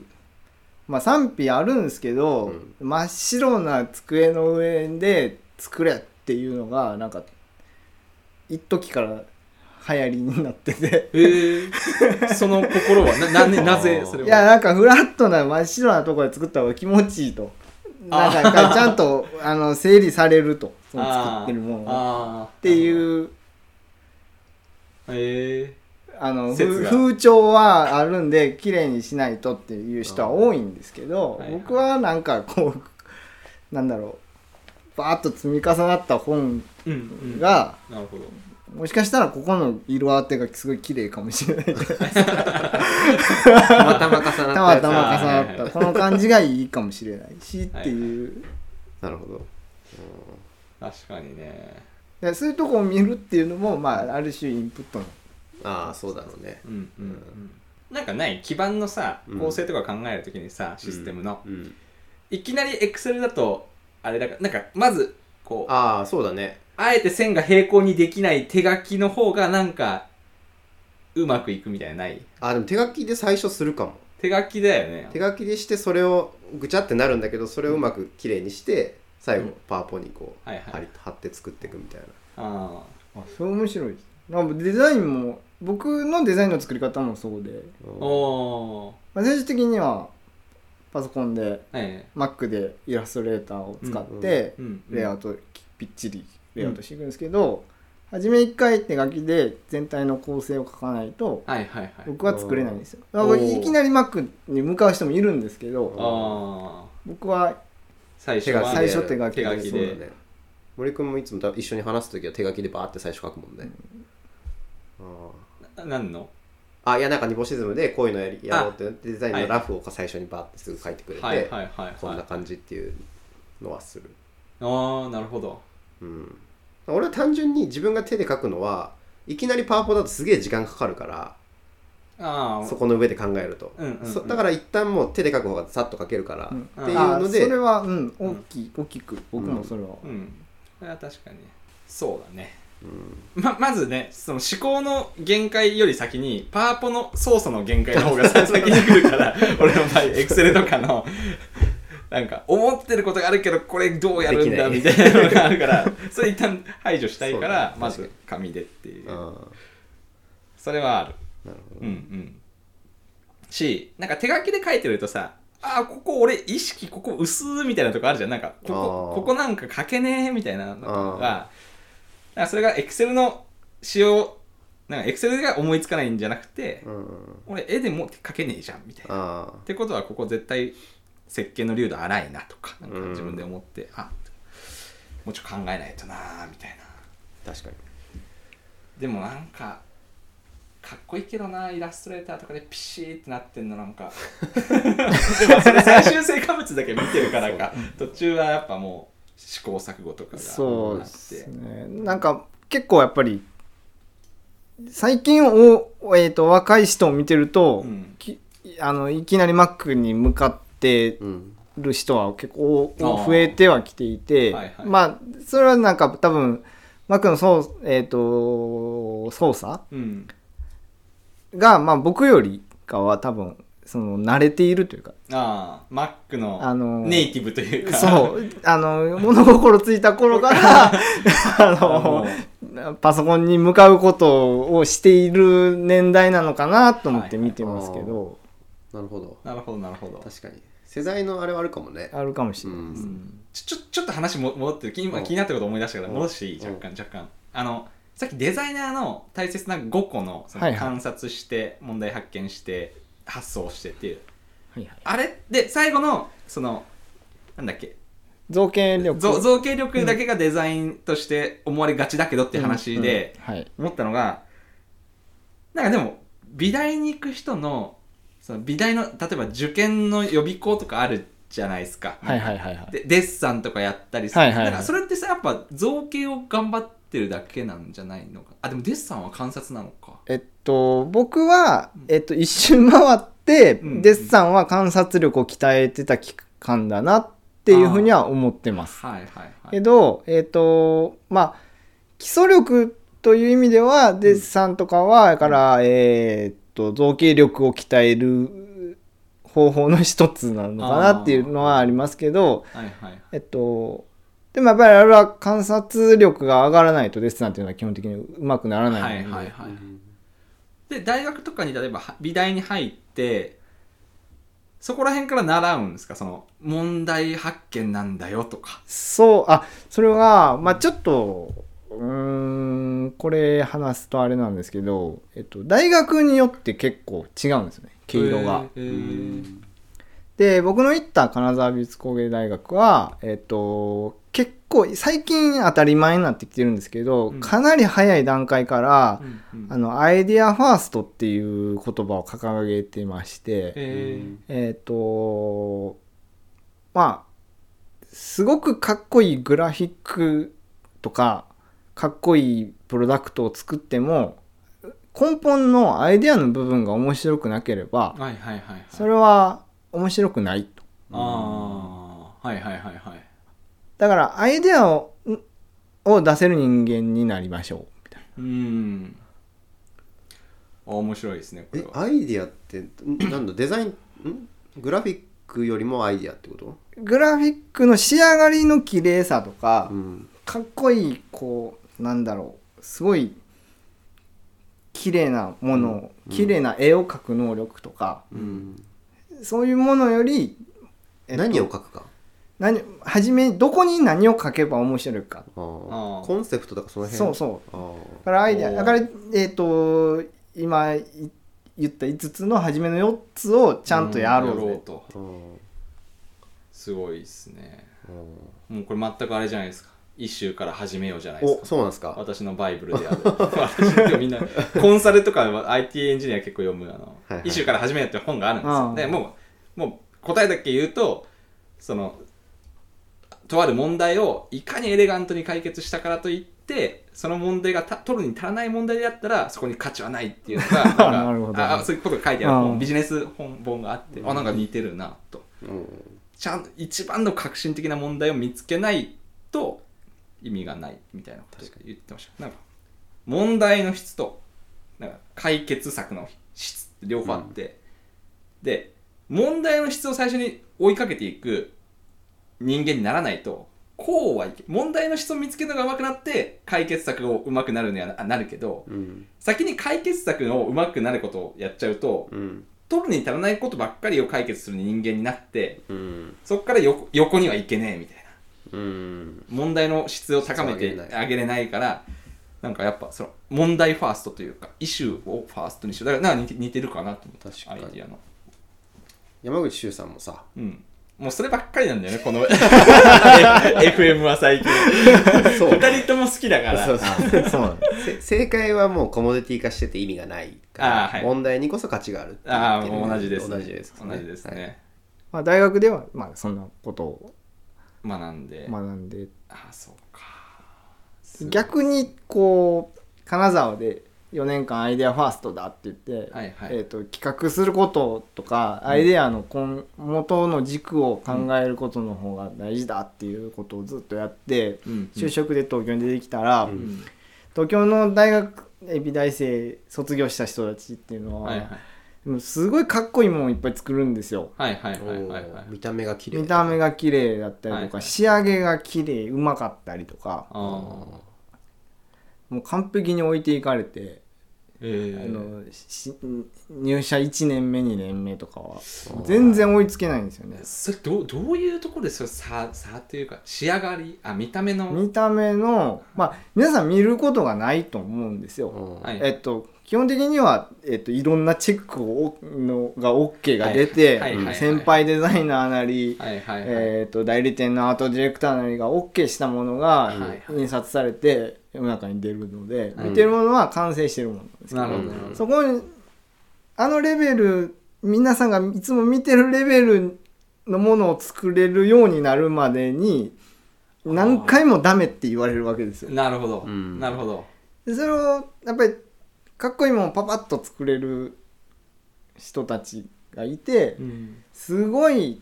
Speaker 3: まあ賛否あるんですけど、
Speaker 2: うん
Speaker 3: 真っ白な机の上で作れっていうのがなんか一時から流行りになってて
Speaker 1: ええ その心はな なぜなぜそれはい
Speaker 3: やなんかフラットな真っ白なところで作った方が気持ちいいとなんかちゃんとあの整理されるとその作ってるものが
Speaker 1: の
Speaker 3: って
Speaker 1: う
Speaker 3: いう
Speaker 1: え
Speaker 3: あの
Speaker 1: 説
Speaker 3: ふ
Speaker 1: が
Speaker 3: 風潮はあるんで綺麗にしないとっていう人は多いんですけど、
Speaker 1: うんはいはい
Speaker 3: 僕はなんかこう なんだろうバーッと積み重なった本
Speaker 1: えうんうん
Speaker 3: が、
Speaker 1: なるほど
Speaker 3: もしかしたらここの色当てがすごい綺麗かもしれない
Speaker 2: たまたま重なったやつ
Speaker 3: たま
Speaker 1: はいは
Speaker 3: たま重
Speaker 1: い
Speaker 3: な
Speaker 1: は
Speaker 3: っ
Speaker 1: い
Speaker 3: たこの感じがいいかもしれないしっていう、
Speaker 2: なるほど
Speaker 1: 確かにね
Speaker 3: でそういうとこを見るっていうのも、まあ、ある種インプットの
Speaker 2: ああそうだろうね
Speaker 1: うんうんうんなんかない基盤のさ
Speaker 2: うん
Speaker 1: 構成とか考えるときにさ、システムの、
Speaker 2: うん
Speaker 1: いきなり Excel だとあれだからなんかまずこうあ
Speaker 2: ああそうだね
Speaker 1: えて線が平行にできない手書きの方がなんかうまくいくみたいなのない
Speaker 2: あでも手書きで最初するかも
Speaker 1: 手書きだよね
Speaker 2: 手書きでしてそれをぐちゃってなるんだけどそれをうまく綺麗にして最
Speaker 1: うん
Speaker 2: 後パワポにこう
Speaker 1: はいはい
Speaker 2: 貼り貼って作っていくみたいな
Speaker 1: あ
Speaker 3: あそれ面白いですなんかデザインも僕のデザインの作り方もそうで、
Speaker 1: あ
Speaker 2: うん
Speaker 1: おー
Speaker 3: まあ、最終的にはパソコンで
Speaker 1: え
Speaker 3: Mac でイラストレーターを使って
Speaker 1: えうん
Speaker 3: レイアウトぴっちりレイアウトしていくんですけど、初め一回手書きで全体の構成を書かないと
Speaker 1: はいはいはい
Speaker 3: 僕は作れないんですよ
Speaker 1: おー
Speaker 3: まあいきなり Mac に向かう人もいるんですけ
Speaker 2: お
Speaker 3: ど
Speaker 2: ー
Speaker 1: ああ
Speaker 3: 僕は
Speaker 1: 最初
Speaker 2: 手書き
Speaker 1: は
Speaker 2: で
Speaker 3: 最初手書き
Speaker 1: 手
Speaker 3: で
Speaker 1: 書き
Speaker 2: そう
Speaker 1: で
Speaker 2: だね森君もいつも多分一緒に話す時は手書きでバーって最初書くもんね、あ
Speaker 1: ななんの
Speaker 2: ーあいやなんかニボシズムでこういうのやりやろうってなってデザイン
Speaker 1: は
Speaker 2: の
Speaker 1: い
Speaker 2: ラフを最初にバーってすぐ書いてくれて、
Speaker 1: はいはいはい
Speaker 2: こん
Speaker 1: は
Speaker 2: ない感じっていうのはする、
Speaker 1: ああなるほど
Speaker 2: うん、俺は単純に自分が手で書くのはいきなりパワポだとすげえ時間かかるから
Speaker 1: ああ
Speaker 2: そこの上で考えると、
Speaker 1: うんうんうん
Speaker 2: そだから一旦もう手で書く方がさっと書けるから、
Speaker 3: うん
Speaker 2: っていう
Speaker 3: あ
Speaker 2: の
Speaker 3: そ
Speaker 2: で
Speaker 3: れはうん大きい、大きく僕もそれは、
Speaker 1: うんそれは確かにそうだね
Speaker 2: うん
Speaker 1: ままずねその思考の限界より先にパワポの操作の限界の方が先に来る から俺の場合エクセルとかのなんか思ってることがあるけどこれどうやるんだ
Speaker 2: で
Speaker 1: み
Speaker 2: きな
Speaker 1: たいなのがあるからそれ一旦排除したいか
Speaker 2: そうだ
Speaker 1: ら
Speaker 2: ね
Speaker 1: まず紙でっていう
Speaker 2: あー
Speaker 1: それはある
Speaker 2: なるほど
Speaker 1: うんうんしなんか手書きで書いてるとさあーここ俺意識ここ薄ーみたいなとこあるじゃんなんかここ
Speaker 2: あー
Speaker 1: ここなんか書けねえみたいなのとかがなんかそれが Excel の仕様なんか Excel が思いつかないんじゃなくて、
Speaker 2: うん
Speaker 1: 俺絵でも書けねえじゃんみたいなっ
Speaker 2: あ
Speaker 1: てことはここ絶対設計の流度荒いなとかなんか
Speaker 2: うん
Speaker 1: 自分で思って、あもうちょっと考えないとなーみたいな
Speaker 2: ー確かに
Speaker 1: でもなんかかっこいいけどなイラストレーターとかでピシーってなってんのなん かでもそれ最終成果物だけ見てるからか途中はやっぱもう試行錯誤とかがあって
Speaker 3: そうですねなんか結構やっぱり最近お、えー、と若い人を見てると、
Speaker 1: うん
Speaker 3: きあのいきなり Mac に向かって
Speaker 2: うん
Speaker 3: る人は結構お
Speaker 1: あー
Speaker 3: 増えてはきていて、
Speaker 1: はいはい
Speaker 3: まあそれはなんか多分 Mac の操,、えー、と操作
Speaker 1: うん
Speaker 3: が、まあ、僕よりかは多分その慣れているという か
Speaker 1: ああ Mac
Speaker 3: あの
Speaker 1: の
Speaker 3: ー
Speaker 1: ネイティブというか、
Speaker 3: そうあの物心ついた頃からあ
Speaker 1: あの
Speaker 3: のパソコンに向かうことをしている年代なのかなと思って見てますけど、
Speaker 2: なるほど
Speaker 1: なるほどなるほど
Speaker 2: 確かに世代のあれはあるかもね
Speaker 3: あるかもしれない、
Speaker 2: うん
Speaker 1: うんちょちょちょっと話も戻ってる今
Speaker 2: うん
Speaker 1: 気になったこと思い出したから
Speaker 2: うん
Speaker 1: 戻していい若干若干あのさっきデザイナーの大切な5個のそ
Speaker 3: は
Speaker 1: の
Speaker 3: いはい
Speaker 1: 観察して問題発見して発想してっていう
Speaker 3: はいはい、
Speaker 1: あれで最後のそのなんだっけ
Speaker 3: 造形力
Speaker 1: 造造形力だけがデザインとして思われがちだけどっていう話で
Speaker 3: うんうんはい、
Speaker 1: 思ったのがなんかでも美大に行く人のその美大の例えば受験の予備校とかあるじゃないですか
Speaker 3: はいはいはいはい
Speaker 1: でデッサンとかやったりする、
Speaker 3: はいはいはい
Speaker 1: だからそれってさやっぱ造形を頑張ってるだけなんじゃないのかあでもデッサンは観察なのか
Speaker 3: えっと僕は、えっと、一瞬回って、
Speaker 1: うん
Speaker 3: デッサンは観察力を鍛えてた期間だなっていうふうには思ってます
Speaker 1: はいはいは
Speaker 3: け
Speaker 1: い
Speaker 3: ど、えっとまあ基礎力という意味ではデッサンとかは、だから、えーっと造形力を鍛える方法の一つなのかなっていうのはありますけど
Speaker 1: はいはい
Speaker 3: えっとでもやっぱりあれは観察力が上がらないとデッサンっていうのは基本的にうまくな
Speaker 1: は
Speaker 3: らない
Speaker 1: い
Speaker 3: ので、
Speaker 1: はいはいで大学とかに例えばは美大に入ってそこら辺から習うんですかその問題発見なんだよとか
Speaker 3: そうあそれがまあちょっとうーんこれ話すとあれなんですけど、えっと、大学によって結構違うんですよね毛色が。
Speaker 1: えーえー
Speaker 3: で僕の行った金沢美術工芸大学は、えっと結構最近当たり前になってきてるんですけど、
Speaker 1: うん
Speaker 3: かなり早い段階から
Speaker 1: う、んうん
Speaker 3: あのアイデアファーストっていう言葉を掲げてまして
Speaker 1: え
Speaker 3: えっ、とまあすごくかっこいいグラフィックとかかっこいいプロダクトを作っても根本のアイデアの部分が面白くなければ
Speaker 1: ー、はいはいはいはい
Speaker 3: それは面白くないと。
Speaker 1: ああはいはいはいはい
Speaker 3: だからアイデアをんを出せる人間になりましょうみたいな
Speaker 1: うんあ面白いですねこれ
Speaker 2: え
Speaker 1: は
Speaker 2: アイディアってんなんだデザインんグラフィックよりもアイディアってこと
Speaker 3: グラフィックの仕上がりの綺麗さとか、
Speaker 2: うん
Speaker 3: かっこいいこうなんだろうすごい綺麗なものを、
Speaker 2: うん
Speaker 3: 綺麗な絵を描く能力とか、
Speaker 2: うん
Speaker 3: そういうものより、えっと
Speaker 2: 何を書くか
Speaker 3: 何初めどこに何を描けば面白いか
Speaker 1: あ
Speaker 2: あー
Speaker 1: ー
Speaker 2: コンセプトとかその辺
Speaker 3: そうそう
Speaker 2: あ
Speaker 3: だからアイデ
Speaker 1: お
Speaker 3: ア
Speaker 1: ー
Speaker 3: だからえっ、と今い言った5つの初めの4つをちゃんとやろうぜ、
Speaker 1: んやろうと
Speaker 2: ーあー
Speaker 1: すごいですね
Speaker 2: あー
Speaker 1: もうこれ全くあれじゃないですか一周から始めようじゃないです
Speaker 2: お
Speaker 1: か
Speaker 2: そうなんですか
Speaker 1: 私のバイブルである私ってみんなコンサルとかは IT エンジニア結構読むあの「
Speaker 2: はいはい
Speaker 1: 一週から始めよう」って本があるんです
Speaker 3: う
Speaker 1: よ
Speaker 3: ん
Speaker 1: でもうもう答えだけ言うとそのとある問題をいかにエレガントに解決したからといってその問題がた取るに足らない問題であったらそこに価値はないっていうのがなんか
Speaker 3: なるほど
Speaker 1: ああそういうことが書いてある
Speaker 3: う
Speaker 1: 本
Speaker 3: ん
Speaker 1: ビジネス本本があってあなんか似てるなと
Speaker 2: うん
Speaker 1: ちゃん一番の革新的な問題を見つけないと意味がないみたいなこと確か言ってましたなんか問題の質となんか解決策の質って両方あって、で問題の質を最初に追いかけていく人間にならないとこうはいけ問題の質を見つけるのが上手くなって解決策を上手くなるにはななるけど
Speaker 2: うん
Speaker 1: 先に解決策を上手くなることをやっちゃうと
Speaker 2: うん
Speaker 1: 取るに足らないことばっかりを解決する人間になって
Speaker 2: うん
Speaker 1: そこから横横にはいけねえみたいな
Speaker 2: うん
Speaker 1: 問題の質を高めて
Speaker 2: 質を上げれない
Speaker 1: あげれないからなんかやっぱその問題ファーストというかイシューをファーストにしようだからなんか似て似てるかなと思った
Speaker 2: 確かに
Speaker 1: アイディアの
Speaker 2: 山口周さん もさ
Speaker 1: うんもうそればっかりなんだよねこ の FM は最近
Speaker 2: そう
Speaker 1: 2人とも好きだから
Speaker 2: そうそう
Speaker 3: あそうなんだ
Speaker 2: せ正解はもうコモディティ化してて意味がないから
Speaker 1: あーはい
Speaker 2: 問題にこそ価値があるっていう
Speaker 1: ああもう同じですね
Speaker 2: 同じです、
Speaker 1: 同じですね、
Speaker 2: はい
Speaker 3: まあ、大学では、まあ、そんなことを
Speaker 1: 学んで、
Speaker 3: 学んで
Speaker 1: ああそうか
Speaker 3: 逆にこう金沢で4年間アイデアファーストだって言って、
Speaker 1: はいはい
Speaker 3: えー、と企画することとかアイデアの根元の軸を考えることの方が大事だっていうことをずっとやって、
Speaker 1: うん
Speaker 3: 就職で東京に出てきたら、
Speaker 2: うん
Speaker 1: うん
Speaker 3: 東京の大学美大生卒業した人たちっていうのは、
Speaker 1: はいはい
Speaker 3: でもすごいかっこいいもんをいっぱい作るんですよ。
Speaker 1: はいはいはい
Speaker 2: お
Speaker 1: はいはい
Speaker 2: ー見た目が綺麗
Speaker 3: 見た目が綺麗だったりと
Speaker 1: はい
Speaker 3: か、
Speaker 1: はい
Speaker 3: 仕上げが綺麗うまかったりとか
Speaker 1: あー
Speaker 3: もう完璧に置いていかれて。
Speaker 1: え
Speaker 3: あ
Speaker 1: ー
Speaker 3: のし入社1年目2年目とかは全然追いつけないんですよね
Speaker 1: それどうどういうところでそれ差差というか仕上がりあ見た目の
Speaker 3: 見た目のまあ皆さん見ることがないと思うんですよ、
Speaker 2: うん
Speaker 1: はい
Speaker 3: えっと基本的には、えっと、いろんなチェックをのが OK が出て、
Speaker 1: はいはいはいはい
Speaker 3: 先輩デザイナーなり、
Speaker 1: はいはいはい、
Speaker 3: えっと代理店のアートディレクターなりが OK したものが
Speaker 1: いはい
Speaker 3: 印刷されて世の中に出るので、
Speaker 1: はい
Speaker 3: 見てるものは完成してるものなんですけど
Speaker 1: なるほどなるほど、
Speaker 3: そこにあのレベル皆さんがいつも見てるレベルのものを作れるようになるまでに何回もダメって言われるわけですよ。
Speaker 1: なるほど、
Speaker 2: うん
Speaker 1: なるほど
Speaker 3: でそれをやっぱりかっこいいもんをパパッと作れる人たちがいて
Speaker 1: うん
Speaker 3: すごい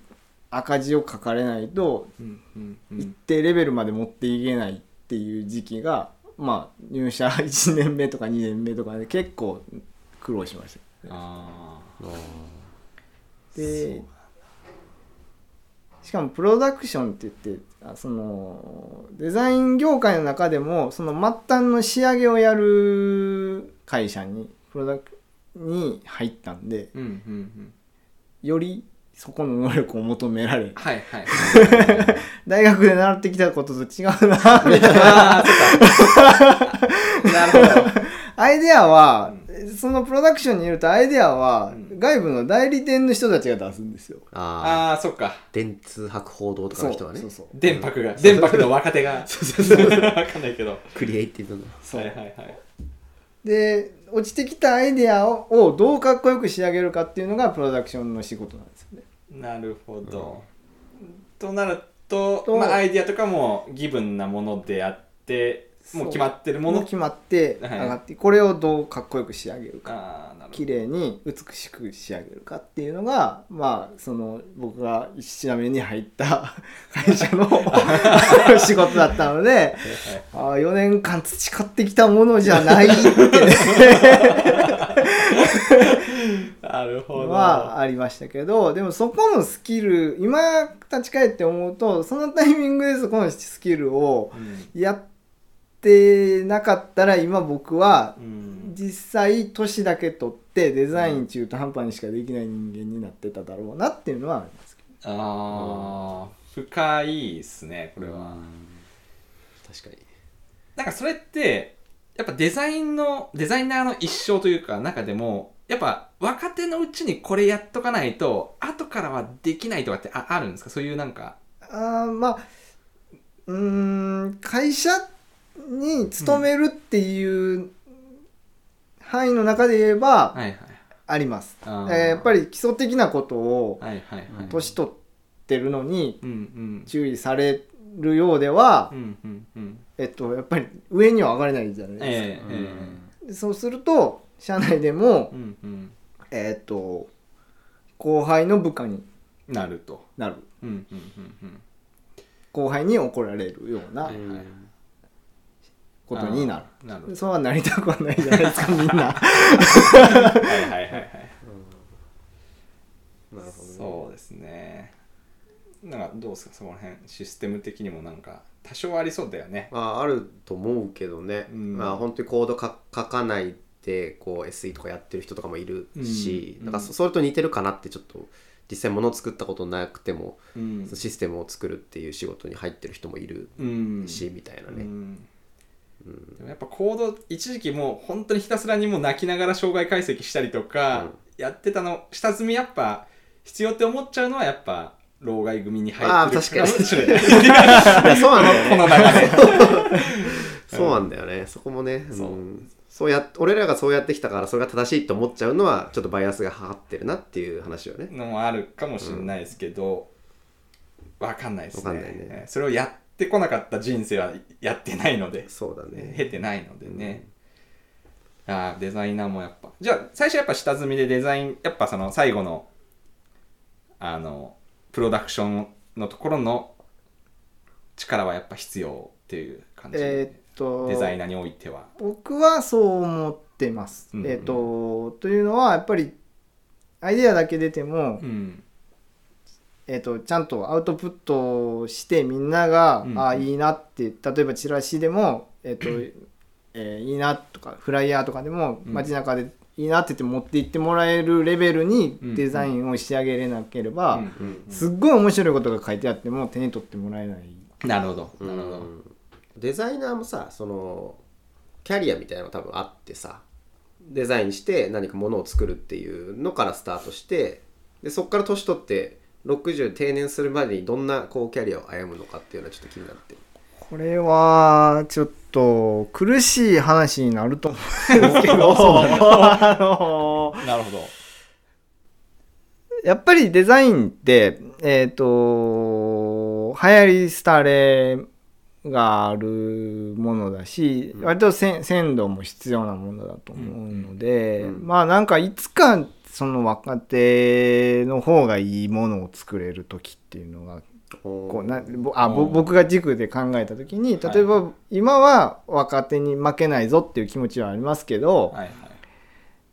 Speaker 3: 赤字を書かれないと
Speaker 1: うんうんう
Speaker 3: 一
Speaker 1: ん
Speaker 3: 定レベルまで持っていけないっていう時期がまあ入社1年目とか2年目とかで結構苦労しました。
Speaker 1: あ
Speaker 2: あ
Speaker 1: ー
Speaker 3: で
Speaker 1: そう
Speaker 3: しかもプロダクションって言ってあそのデザイン業界の中でもその末端の仕上げをやる会社にプロダクに入ったんで
Speaker 1: うんうんうん
Speaker 3: よりそこの能力を求められ
Speaker 1: はいはい
Speaker 3: 大学で習ってきたことと違うなみたいな
Speaker 1: あ ーなるほど
Speaker 3: アイデアは、そのプロダクションにいるとアイデアは
Speaker 1: うん
Speaker 3: 外部の代理店の人たちが出すんですよ。
Speaker 2: あー
Speaker 1: ああそっか
Speaker 2: 電通博報堂とかの人はね
Speaker 3: そうそうそう
Speaker 1: 電白が電白の若手がわかんないけど
Speaker 2: クリエイティブな
Speaker 3: そう
Speaker 1: はいはいはい
Speaker 3: で落ちてきたアイデアををどうかっこよく仕上げるかっていうのがプロダクションの仕事なんですよね。
Speaker 1: なるほど、となると
Speaker 3: と
Speaker 1: まあ、アイディアとかもギブンなものであってもう決まってるもの
Speaker 3: もう決まって上
Speaker 1: はい
Speaker 3: がって、これをどうかっこよく仕上げるか
Speaker 1: ああなるほ
Speaker 3: 綺麗に美しく仕上げるかっていうのがまあその僕が1品目に入った 会社の仕事だったのでああ4年間培ってきたものじゃないってね
Speaker 1: どなるほど、
Speaker 3: はありましたけどでもそこのスキル今立ち返って思うとそのタイミングでそこのスキルを
Speaker 1: うん
Speaker 3: やってなかったら今僕は
Speaker 1: うん
Speaker 3: 実際年だけ取ってデザイン中途半端にしかできない人間になってただろうなっていうのはありますけど
Speaker 1: ああ深いですねこれは、
Speaker 2: 確かに
Speaker 1: なんかそれってやっぱデザインのデザイナーの一生というか中でもやっぱ若手のうちにこれやっとかないと後からはできないとかってああるんですかそういうなんか
Speaker 3: あーまあうーん会社に勤めるっていう範囲の中で言えば
Speaker 1: はいはい
Speaker 3: あります、
Speaker 1: あー
Speaker 3: えーやっぱり基礎的なことを
Speaker 1: はいはいはい
Speaker 3: 年取ってるのに
Speaker 1: うんうん
Speaker 3: 注意されるようでは
Speaker 1: う、んうんうん
Speaker 3: えっと、やっぱり上には上がれないじゃないですか、
Speaker 1: えええ
Speaker 3: でそうすると社内でも
Speaker 1: えうんうん
Speaker 3: えっ、と後輩の部下に
Speaker 1: なると
Speaker 3: なる
Speaker 1: うんうんうんうん
Speaker 3: 後輩に怒られるような
Speaker 1: えはい
Speaker 3: ことにな
Speaker 1: るなるほ
Speaker 3: る
Speaker 1: ど
Speaker 3: そうはなりたくはないじゃ ないですかみん
Speaker 1: は
Speaker 3: な
Speaker 1: いはい はいはい
Speaker 2: なるほどね
Speaker 1: そうですねなんかどうですかその辺システム的にもなんか多少ありそうだよね
Speaker 2: ああると思うけどね、
Speaker 1: うん
Speaker 2: まあ本当にコードか書かないでこう SE とかやってる人とかもいるし、
Speaker 1: うん
Speaker 2: なんかそそれと似てるかなってちょっと実際物を作ったことなくても
Speaker 1: うん
Speaker 2: システムを作るっていう仕事に入ってる人もいる
Speaker 1: うん
Speaker 2: し、みたいな
Speaker 1: う
Speaker 2: ね、
Speaker 1: ん
Speaker 2: うん
Speaker 1: でもやっぱ行動一時期もう本当にひたすらにもう泣きながら障害解析したりとか
Speaker 2: うん
Speaker 1: やってたの下積みやっぱ必要って思っちゃうのはやっぱ老害組に入ってる
Speaker 2: あー確かに
Speaker 1: もし れない
Speaker 2: いやそうなんだよ
Speaker 1: この
Speaker 2: ね
Speaker 1: 流れ
Speaker 2: そうなんだよねそこもね
Speaker 1: そうん
Speaker 2: そうや俺らがそうやってきたからそれが正しいと思っちゃうのはちょっとバイアスがはかってるなっていう話よね
Speaker 1: のもあるかもしれないですけど、わかんないですね
Speaker 2: わかんないね
Speaker 1: えーそれをやってこなかった人生はやってないので、
Speaker 2: そうだね
Speaker 1: 経てないのでね、ああデザイナーもやっぱじゃあ最初やっぱ下積みでデザインやっぱその最後のあのプロダクションのところの力はやっぱ必要っていう感じ、
Speaker 3: えーっと
Speaker 1: デザイナーにおいては
Speaker 3: 僕はそう思ってます、
Speaker 1: うんうん
Speaker 3: えーっとというのはやっぱりアイデアだけ出ても、
Speaker 1: うん
Speaker 3: えーっとちゃんとアウトプットしてみんなが、
Speaker 1: うんうん
Speaker 3: ああいいなって例えばチラシでも、えー っとえーいいなとかフライヤーとかでも
Speaker 1: うん
Speaker 3: 街中でいいなって言って持って行ってもらえるレベルに
Speaker 1: うんうん
Speaker 3: デザインを仕上げれなければ、
Speaker 1: うんうん
Speaker 3: すっごい面白いことが書いてあっても手に取ってもらえない。
Speaker 1: なるほど
Speaker 2: う
Speaker 1: なるほど、
Speaker 2: んデザイナーもさそのキャリアみたいなの多分あってさデザインして何かものを作るっていうのからスタートしてでそこから年取って60定年するまでにどんなこうキャリアを歩むのかっていうのはちょっと気になってる
Speaker 3: これはちょっと苦しい話になると思うんですけ どあの
Speaker 1: なるほど
Speaker 3: やっぱりデザインってえっ、と流行り廃れがあるものだし、
Speaker 2: うん
Speaker 3: 割とせん鮮度も必要なものだと思うので、
Speaker 2: うんうん
Speaker 3: まあなんかいつかその若手の方がいいものを作れる時っていうのがこ
Speaker 2: こ
Speaker 3: うなぼあぼ
Speaker 1: うん
Speaker 3: 僕が軸で考えた時に
Speaker 1: はい
Speaker 3: 例えば今は若手に負けないぞっていう気持ちはありますけど、
Speaker 1: はいはい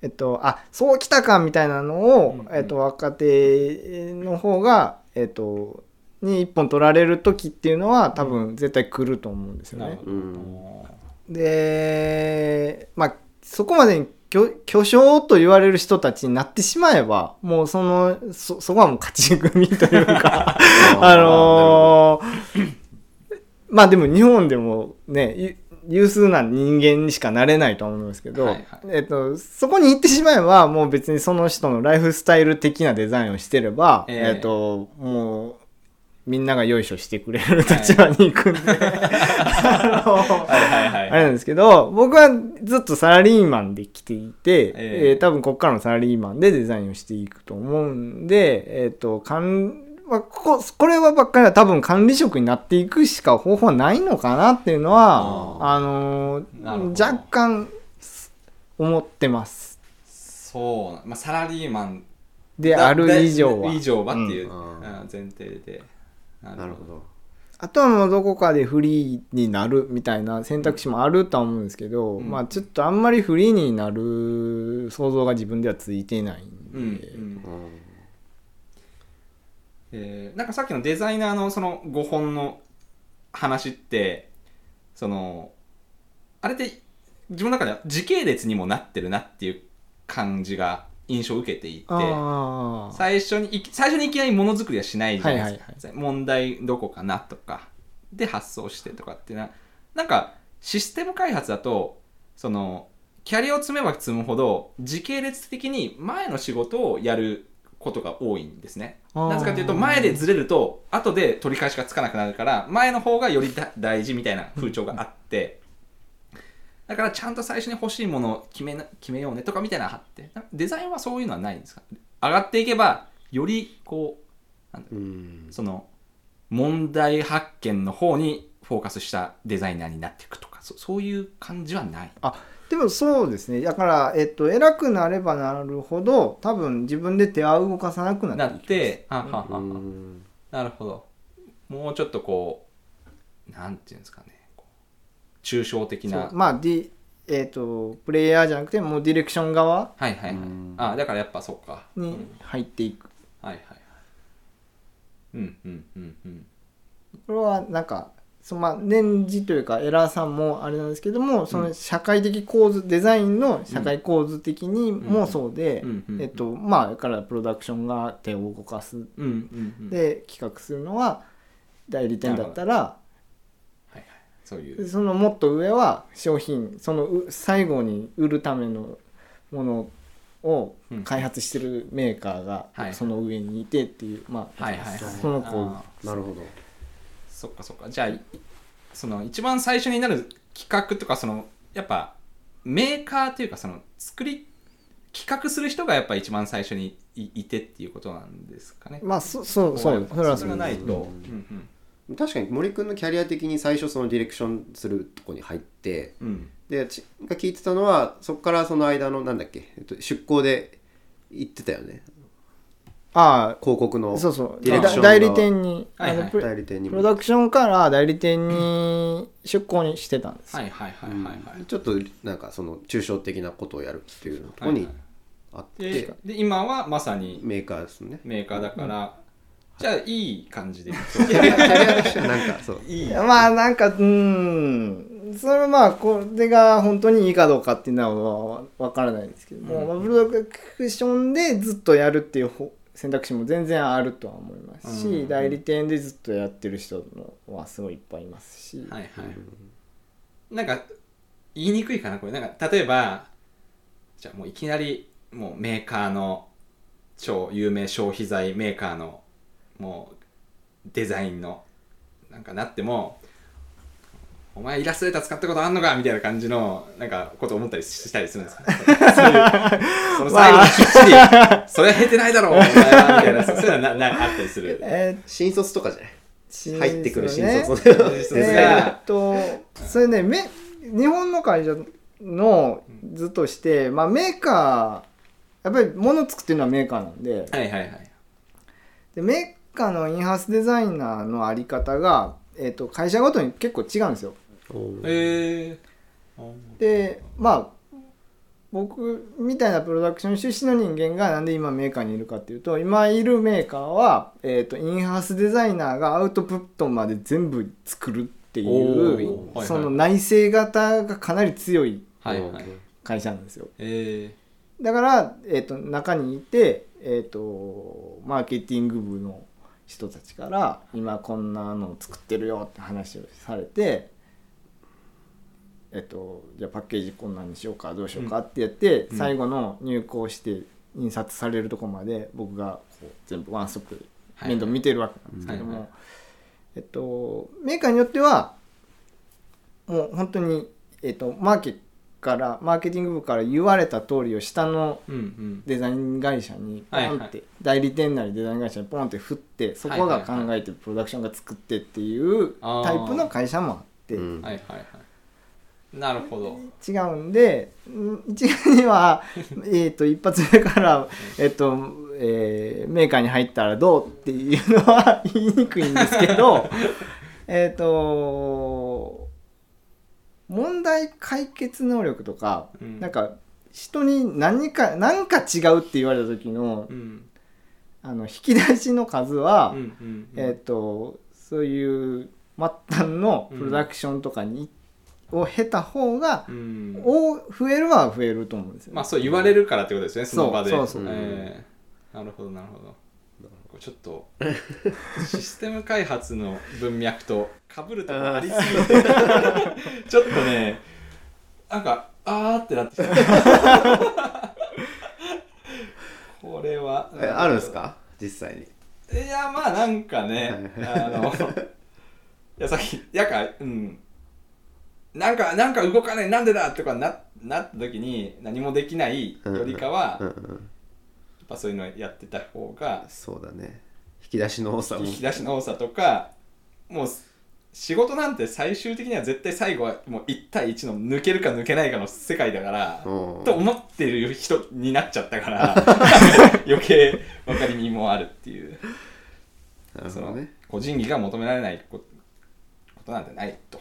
Speaker 3: えっと、あそうきたかみたいなのを、
Speaker 1: うんうん
Speaker 3: えっと、若手の方が、えっと、に一本取られる時っていうのは多分絶対来ると思うんですよ
Speaker 1: なる
Speaker 3: ね
Speaker 1: ほ。ど、
Speaker 2: うん
Speaker 3: でまあそこまでに巨巨匠と言われる人たちになってしまえばもうそのそそこはもう勝ち組というか。あのー まあでも日本でもねゆ有数な人間にしかなれないと思うんですけど、
Speaker 1: はいはい
Speaker 3: えっと、そこに行ってしまえばもう別にその人のライフスタイル的なデザインをしてれば、
Speaker 1: ええ
Speaker 3: えっと、もうみんながよいしょしてくれる立場に行くんで、 あのー
Speaker 1: はいはい はい
Speaker 3: あれなんですけど、僕はずっとサラリーマンで来ていて、
Speaker 1: え
Speaker 3: え
Speaker 1: え
Speaker 3: ー多分こっからのサラリーマンでデザインをしていくと思うんで、えっ、と、かん、まあ、こここれはばっかりは多分管理職になっていくしか方法はないのかなっていうのは
Speaker 1: あ
Speaker 3: あのー
Speaker 1: なるほど
Speaker 3: 若干思ってます
Speaker 1: そうな、まあ、サラリーマン
Speaker 3: で
Speaker 1: だ
Speaker 3: ある以上は
Speaker 1: 以上はっていう、
Speaker 2: うん
Speaker 1: うん前提で
Speaker 2: なるほど
Speaker 3: あとはもうどこかでフリーになるみたいな選択肢もあるとは思うんですけど、
Speaker 1: うん
Speaker 3: まあちょっとあんまりフリーになる想像が自分ではついてないんで、
Speaker 1: うん、うん
Speaker 2: うん
Speaker 1: えーなんかさっきのデザイナーのその5本の話ってそのあれって自分の中では時系列にもなってるなっていう感じが印象を受けていて
Speaker 3: ああ
Speaker 1: 最初にいき最初にいきなりものづくりはしないじゃないですか、
Speaker 3: はい
Speaker 1: 問題どこかなとかで発想してとかっていうななんかシステム開発だとそのキャリアを積めば積むほど時系列的に前の仕事をやることが多いんですね
Speaker 3: あー
Speaker 1: なぜかというと前でずれると後で取り返しがつかなくなるから前の方がよりだ大事みたいな風潮があってだからちゃんと最初に欲しいものを決めな決めようねとかみたいなのあってなんかデザインはそういうのはないんですか上がっていけばよりこうなんだろ
Speaker 2: うん
Speaker 1: うその問題発見の方にフォーカスしたデザイナーになっていくとかそそういう感じはない。
Speaker 3: でもそうですねだから、えっと、偉くなればなるほど多分自分で手は動かさなくな
Speaker 1: なっ
Speaker 3: っていきます
Speaker 1: てあはは
Speaker 2: う
Speaker 1: は
Speaker 2: ん
Speaker 1: なるほど。もうちょっとこう、なんていうんですかね、こう抽象的な。
Speaker 3: そうまあ、ディえっとプレイヤーじゃなくてもうディレクション側
Speaker 1: はいはいはい
Speaker 2: うん。
Speaker 1: あだからやっぱそっか。うん
Speaker 3: に入っていく
Speaker 1: はいはいはい。うんうんうんうん。
Speaker 3: これはなんかそのまあ年次というかエラーさんもあれなんですけどもその社会的構図、デザインの社会構図的にもそうで、
Speaker 1: うんうん
Speaker 3: えっとまあだからプロダクションが手を動かす
Speaker 1: うんうんうん。はい
Speaker 3: で企画するのは代理店だったら
Speaker 1: はい。そういう。
Speaker 3: そのもっと上は商品そのう最後に売るためのものを
Speaker 1: うん
Speaker 3: 開発してるメーカーが
Speaker 1: はい
Speaker 3: その上にいてっていう、まあ、
Speaker 1: はいはいはい。
Speaker 3: その子
Speaker 1: あー
Speaker 2: なるほど
Speaker 1: そっかそっか。じゃあ、いその一番最初になる企画とか、その、やっぱ、メーカーというか、その、作り、企画する人がやっぱ一番最初にいいてっていうことなんですかね。
Speaker 3: まあそそうそうそれはそう
Speaker 1: がないと、
Speaker 2: うん確かに森君のキャリア的に最初そのディレクションするとこに入って
Speaker 1: うんうん
Speaker 2: でちが聞いてたのはそこからその間のなんだっけ、えっと、出向で行ってたよね
Speaker 3: あ
Speaker 2: 広告の
Speaker 3: あそうそう
Speaker 2: ディレクション
Speaker 3: だ
Speaker 2: が
Speaker 3: 代理店に、
Speaker 1: はいはい
Speaker 3: あのプ
Speaker 2: 代理店に
Speaker 3: プ
Speaker 2: も
Speaker 3: ロダクションから代理店に出向にしてたんですよ、
Speaker 1: はいはいはいはいはい、
Speaker 2: ちょっとなんかその抽象的なことをやるっていうとこ
Speaker 1: はい
Speaker 2: に
Speaker 1: はい
Speaker 2: あって、
Speaker 1: でで今はまさに
Speaker 2: メーカーですね
Speaker 1: メーカーだから、じゃあいい感 じで
Speaker 2: キャリアキャリアとしてはなんかそう
Speaker 1: いい
Speaker 3: まあなんかうーんそれはまあこれが本当にいいかどうかっていうのは分からないんですけども、
Speaker 1: うん
Speaker 3: まあプロダクションでずっとやるっていう方選択肢も全然あるとは思いますし、
Speaker 1: うん
Speaker 3: 代理店でずっとやってる人もはすごいいっぱいいますし、
Speaker 1: はいはいなんか言いにくいかなこれなんか例えばじゃあもういきなりもうメーカーの超有名消費財メーカーのもうデザインのなんかなってもお前イラストレーター使ったことあんのかみたいな感じのなんかこと思ったりしたりするんですかそういう その最後にきっちり「それは減ってないだろお前は」みたいなそうそういうのはななあったりする。
Speaker 3: え
Speaker 2: 新卒とかじゃない
Speaker 3: ー
Speaker 2: 入ってくる新
Speaker 3: そうね
Speaker 2: 卒の
Speaker 1: 新卒
Speaker 2: デ
Speaker 1: が
Speaker 2: ザイナ
Speaker 3: えーっとそれねめ日本の会社の図として、まあ、メーカーやっぱり物作ってるのはメーカーなんで
Speaker 1: はいはいはい。
Speaker 3: でメーカーのインハウスデザイナーのあり方が、えーっと会社ごとに結構違うんですよ。
Speaker 2: ー
Speaker 1: えー、
Speaker 3: でまあ僕みたいなプロダクション出身の人間がなんで今メーカーにいるかっていうと今いるメーカーは、えー、とインハウスデザイナーがアウトプットまで全部作るってい
Speaker 1: お
Speaker 3: う、
Speaker 1: ーはいはい
Speaker 3: その内製型がかなり強い
Speaker 1: はいはい。
Speaker 3: 会社なんですよ
Speaker 1: え
Speaker 3: だから、えー、と中にいて、えー、とマーケティング部の人たちから今こんなのを作ってるよって話をされてえっ、とじゃあパッケージこんなんにしようかどうしようかってやって、
Speaker 1: うん
Speaker 3: 最後の入稿して印刷されるとこまで僕がこう全部ワンストップで
Speaker 1: はい
Speaker 3: 面倒見てるわけなんですけども、
Speaker 1: はいはい
Speaker 3: えっとメーカーによってはもう本当に、えっと、マーケからマーケティング部から言われた通りを下の
Speaker 1: うんうん
Speaker 3: デザイン会社にポンって、
Speaker 1: はいはい
Speaker 3: 代理店なりデザイン会社にポンって振ってそこが考えてプロダクションが作ってっていう
Speaker 1: あー
Speaker 3: タイプの会社もあって、
Speaker 2: うん
Speaker 1: はいはいはいなるほど
Speaker 3: 違うんでん一概に はえーと一発目から、えっとえーメーカーに入ったらどうっていうのは言いにくいんですけ どえっと問題解決能力とか、
Speaker 1: うん
Speaker 3: なんか人に何か何か違うって言われた時の
Speaker 1: うん
Speaker 3: あの引き出しの数は、
Speaker 1: うんうんうん
Speaker 3: えー、とそういう末端のプロダクションとかに、を経た方が
Speaker 1: うん
Speaker 3: を増えるは増えると思うんですよ、ね
Speaker 1: まあそう言われるからってことですよねそ
Speaker 3: そう
Speaker 1: の場で
Speaker 3: そうそう
Speaker 1: えーなるほどなるほどこれちょっとシステム開発の文脈とかぶるとこありすぎてちょっとねなんかあーってなってきたこれは
Speaker 2: えあるんですか実際に
Speaker 1: いやまあなんかねあのいやさっきなんかうんなんかなんか動かないなんでだとかななった時に何もできないよりかは、
Speaker 2: うん
Speaker 1: やっ
Speaker 2: うん
Speaker 1: ぱそういうのやってた方が
Speaker 2: そうだね引き出しの多さも
Speaker 1: 引き出しの多さとかもう仕事なんて最終的には絶対最後はもう1対1の抜けるか抜けないかの世界だから、
Speaker 2: うん
Speaker 1: と思ってる人になっちゃったから 余計分かりみもあるっていう。
Speaker 2: なるほ
Speaker 1: そ
Speaker 2: ど
Speaker 1: の
Speaker 2: ね
Speaker 1: 個人技が求められないこことなんてないと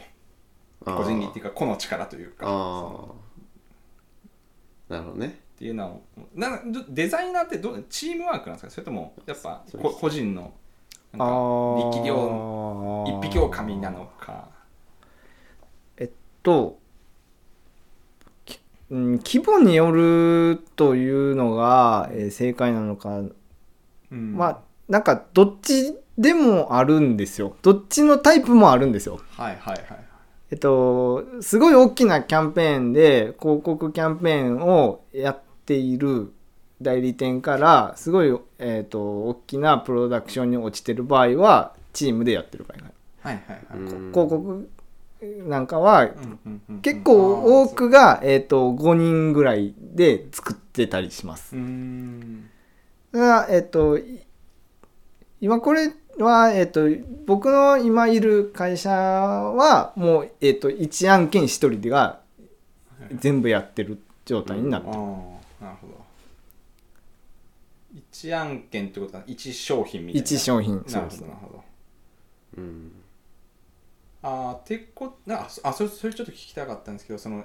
Speaker 2: あー
Speaker 1: 個人技っていうか個の力というかそ
Speaker 2: あ
Speaker 1: の
Speaker 2: あなるほどね
Speaker 1: っていうのをなどデザイナーってどうチームワークなんですかそれともやっぱこ個人のなんか力量一匹狼なのか
Speaker 3: えっと、きうん、規模によるというのが、えー正解なのか、
Speaker 1: うん
Speaker 3: まあなんかどっちでもあるんですよどっちのタイプもあるんですよ
Speaker 1: はいはいはい
Speaker 3: えっと、すごい大きなキャンペーンで広告キャンペーンをやっている代理店からすごい、えっと大きなプロダクションに落ちてる場合はチームでやってる場合がある
Speaker 1: はいはいはい
Speaker 2: うん
Speaker 3: 広告なんかは
Speaker 1: うんうんうん
Speaker 3: 結構多くが、えっと5人ぐらいで作ってたりします
Speaker 1: う。ーん
Speaker 3: ただえっとい今これは、えっと僕の今いる会社はもう、えっと1案件1人でが全部やってる状態になっ
Speaker 1: ああ
Speaker 3: てる、
Speaker 1: なるほど一案件ってことは一商品みたいな
Speaker 3: 一商品
Speaker 1: な
Speaker 3: そう
Speaker 1: るほ
Speaker 3: です
Speaker 1: どな
Speaker 3: ね
Speaker 1: るほど
Speaker 2: うん
Speaker 1: あーてっこなあそあそれそれちょっと聞きたかったんですけどその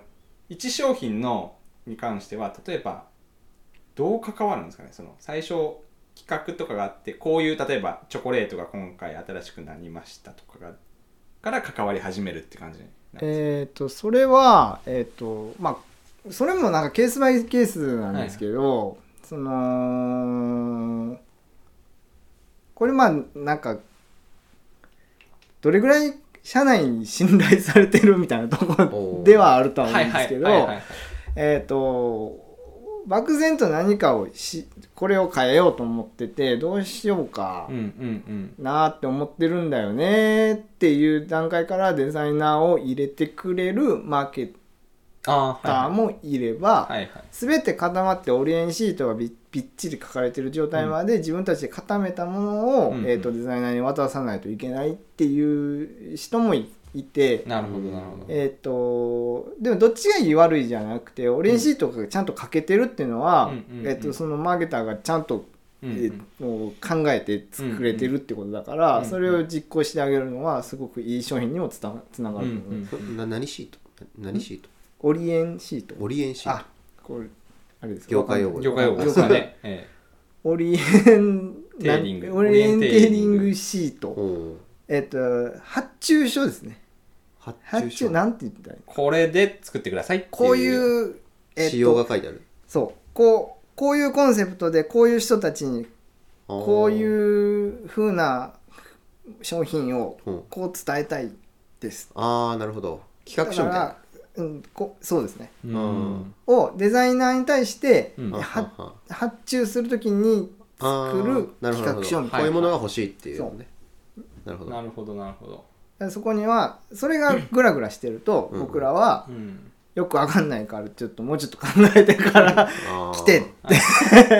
Speaker 1: 1商品のに関しては例えばどう関わるんですかねその最初企画とかがあってこういう例えばチョコレートが今回新しくなりましたとかがから関わり始めるって感じなんですか
Speaker 3: えっ、とそれはえっ、とまあそれもなんかケースバイケースなんですけど、そのこれまあなんかどれぐらい社内に信頼されてるみたいなとこ
Speaker 2: お
Speaker 3: ろ
Speaker 2: ー
Speaker 3: ではあるとは思
Speaker 1: は
Speaker 3: うん
Speaker 1: い
Speaker 3: で
Speaker 1: は
Speaker 3: すけ
Speaker 1: い
Speaker 3: ど、
Speaker 1: はいはいはい
Speaker 3: えっ、と漠然と何かをしこれを変えようと思っててどうしようか
Speaker 1: うんうん
Speaker 3: なーって思ってるんだよねーっていう段階からデザイナーを入れてくれるマーケ
Speaker 1: うんああ
Speaker 3: ター
Speaker 1: はい
Speaker 3: もいれば
Speaker 1: はいはい
Speaker 3: 全て固まってオリエンシートがびびっちり書かれてる状態まで自分たちで固めたものを
Speaker 1: うんうん
Speaker 3: えーとデザイナーに渡さないといけないっていう人もいいて。
Speaker 1: なるほどなるほど
Speaker 3: えー、とでもどっちがいい悪いじゃなくてオレンジとかがちゃんと欠けてるっていうのは、
Speaker 1: うんうんうん
Speaker 3: えー、とそのマーケターがちゃんと、
Speaker 1: うん
Speaker 3: えーもう考えて作れてるってことだから、
Speaker 1: うんうん
Speaker 3: それを実行してあげるのはすごくいい商品にもつたつながると思う、
Speaker 1: うんうん
Speaker 2: そな何シートな何シート
Speaker 3: オリエンシート
Speaker 2: オリエンシー
Speaker 3: あ
Speaker 2: ト
Speaker 3: これあれです
Speaker 2: 業界用
Speaker 1: う
Speaker 2: 語
Speaker 1: ん業界用語ですかねえ
Speaker 3: オリエ
Speaker 1: テ
Speaker 3: ン
Speaker 1: ーリング
Speaker 3: オリエンテーリングシート、
Speaker 2: おー
Speaker 3: えっ、と発注書ですね
Speaker 2: 発
Speaker 3: 発
Speaker 2: 注
Speaker 3: 注
Speaker 2: 書
Speaker 3: なんて言ったらいいの
Speaker 1: えこれで作ってくださいっていう
Speaker 3: こういう、えーと
Speaker 2: 仕様が書いてある
Speaker 3: そうこうこういうコンセプトでこういう人たちにこう
Speaker 2: う
Speaker 3: いう風な商品を
Speaker 2: うん
Speaker 3: こう伝えたいです。
Speaker 2: ああなるほど企
Speaker 3: だ
Speaker 2: 画
Speaker 3: か
Speaker 2: 書みたい
Speaker 3: ら、うん、こそうですね。
Speaker 1: う
Speaker 2: うん
Speaker 1: ん
Speaker 3: をデザイナーに対して
Speaker 1: うん
Speaker 2: な
Speaker 3: は
Speaker 2: あ
Speaker 3: 発注するときに
Speaker 2: あああ
Speaker 3: 作る
Speaker 2: なほど
Speaker 3: 企画書みた
Speaker 2: こ
Speaker 1: いうな
Speaker 2: いうものが欲しいっていうねなるほ
Speaker 1: な
Speaker 2: ど
Speaker 1: るほどなるほど
Speaker 3: そこにはそれがグラグラしてると
Speaker 2: うん
Speaker 3: 僕らは
Speaker 1: うん
Speaker 3: よくわかんないからちょっともうちょっと考えてから
Speaker 2: あー
Speaker 3: 来てって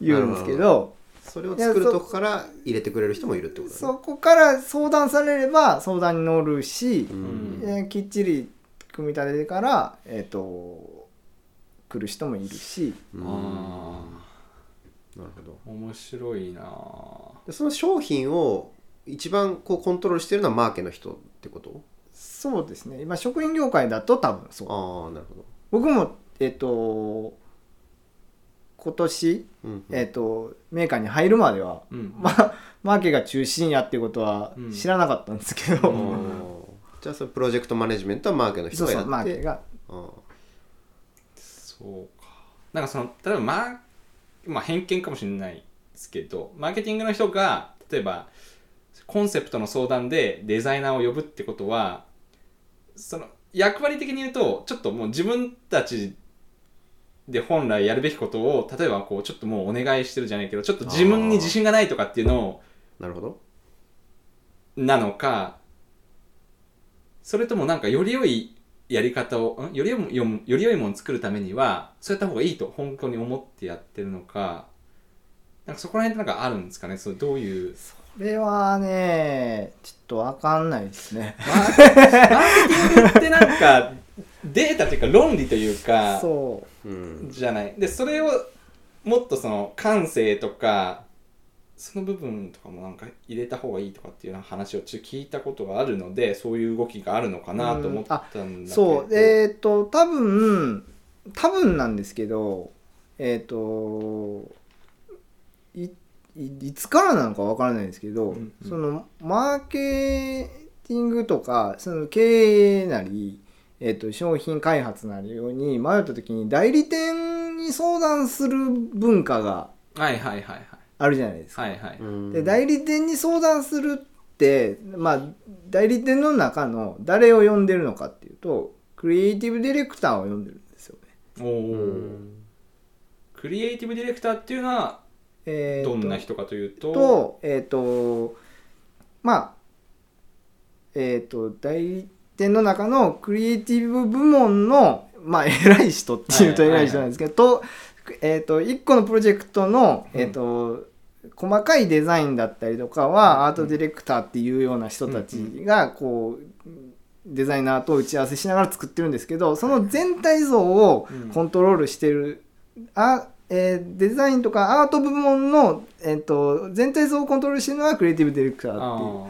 Speaker 3: 言うんですけど
Speaker 2: それを作るとこから入れてくれる人もいるってことだね
Speaker 3: そこから相談されれば相談に乗るし、
Speaker 2: うん
Speaker 3: えーきっちり組み立ててから、えー、と来る人もいるし
Speaker 2: うん
Speaker 1: あ
Speaker 2: なるほど
Speaker 1: ー面白いなぁ
Speaker 2: でその商品を一番こうコントロールしてるのはマーケの人ってこと
Speaker 3: そうですね今食品業界だと多分そう
Speaker 2: ああなるほど、
Speaker 3: 僕もえっ、と今年、
Speaker 2: うんうん
Speaker 3: えっとメーカーに入るまでは、
Speaker 1: うん
Speaker 3: まあマーケが中心やっていうことは
Speaker 1: うん
Speaker 3: 知らなかったんですけど、
Speaker 1: う
Speaker 2: あ
Speaker 1: ん
Speaker 2: ーじゃあそのプロジェクトマネジメントはマーケの
Speaker 3: そ
Speaker 2: 人
Speaker 3: う
Speaker 2: がやっ
Speaker 3: そう
Speaker 2: て
Speaker 3: マーケが
Speaker 2: あ
Speaker 1: そうかなんかその例えばマーまあ偏見かもしれないですけどマーケティングの人が例えばコンセプトの相談でデザイナーを呼ぶってことはその役割的に言うとちょっともう自分たちで本来やるべきことを例えばこうちょっともうお願いしてるじゃないけどちょっと自分に自信がないとかっていうのを
Speaker 2: ーなるほど
Speaker 1: なのかそれともなんかより良いやり方をんより良いよんより良いものを作るためにはそうやった方がいいと本当に思ってやってるのかなんかそこら辺ってなんかあるんですかねそれどういう
Speaker 3: これはねちょっと分かんないですね
Speaker 1: マーケマーケティングってなんかデータというか論理というか
Speaker 3: そう
Speaker 2: うん
Speaker 1: じゃないでそれをもっとその感性とかその部分とかもなんか入れた方がいいとかっていうような話をちょっと聞いたことがあるのでそういう動きがあるのかなと思ったんだけど、
Speaker 3: そうえっ、と多分多分なんですけどえっ、といいいつからなのかわからないんですけど、
Speaker 1: うんうん
Speaker 3: そのマーケティングとかその経営なり、えー、と商品開発なりように迷った時に代理店に相談する文化が
Speaker 1: はいはいはいは
Speaker 3: あるじゃないですか。
Speaker 1: いはいはい、
Speaker 2: うん
Speaker 3: で代理店に相談するってまあ代理店の中の誰を呼んでるのかっていうとクリエイティブディレクターを呼んでるんですよね。
Speaker 1: おお、
Speaker 2: うん
Speaker 1: クリエイティブディレクターっていうのは
Speaker 3: えー
Speaker 1: ど
Speaker 3: と
Speaker 1: んな人かというと
Speaker 3: とえっ、とまあえっ、と代理店の中のクリエイティブ部門のまあ 偉い人っていうと
Speaker 1: はいはいはい
Speaker 3: 偉い人なんですけど、と,、えー、と1個のプロジェクトの、えーと細かいデザインだったりとか
Speaker 1: うん
Speaker 3: はアートディレクターっていうような人たちがこうデザイナーと打ち合わせしながら作ってるんですけどその全体像を
Speaker 1: うん
Speaker 3: コントロールしてるあえーデザインとかアート部門の、えー、と全体像をコントロールしてるのがクリエイティブディレクターっていう
Speaker 1: あ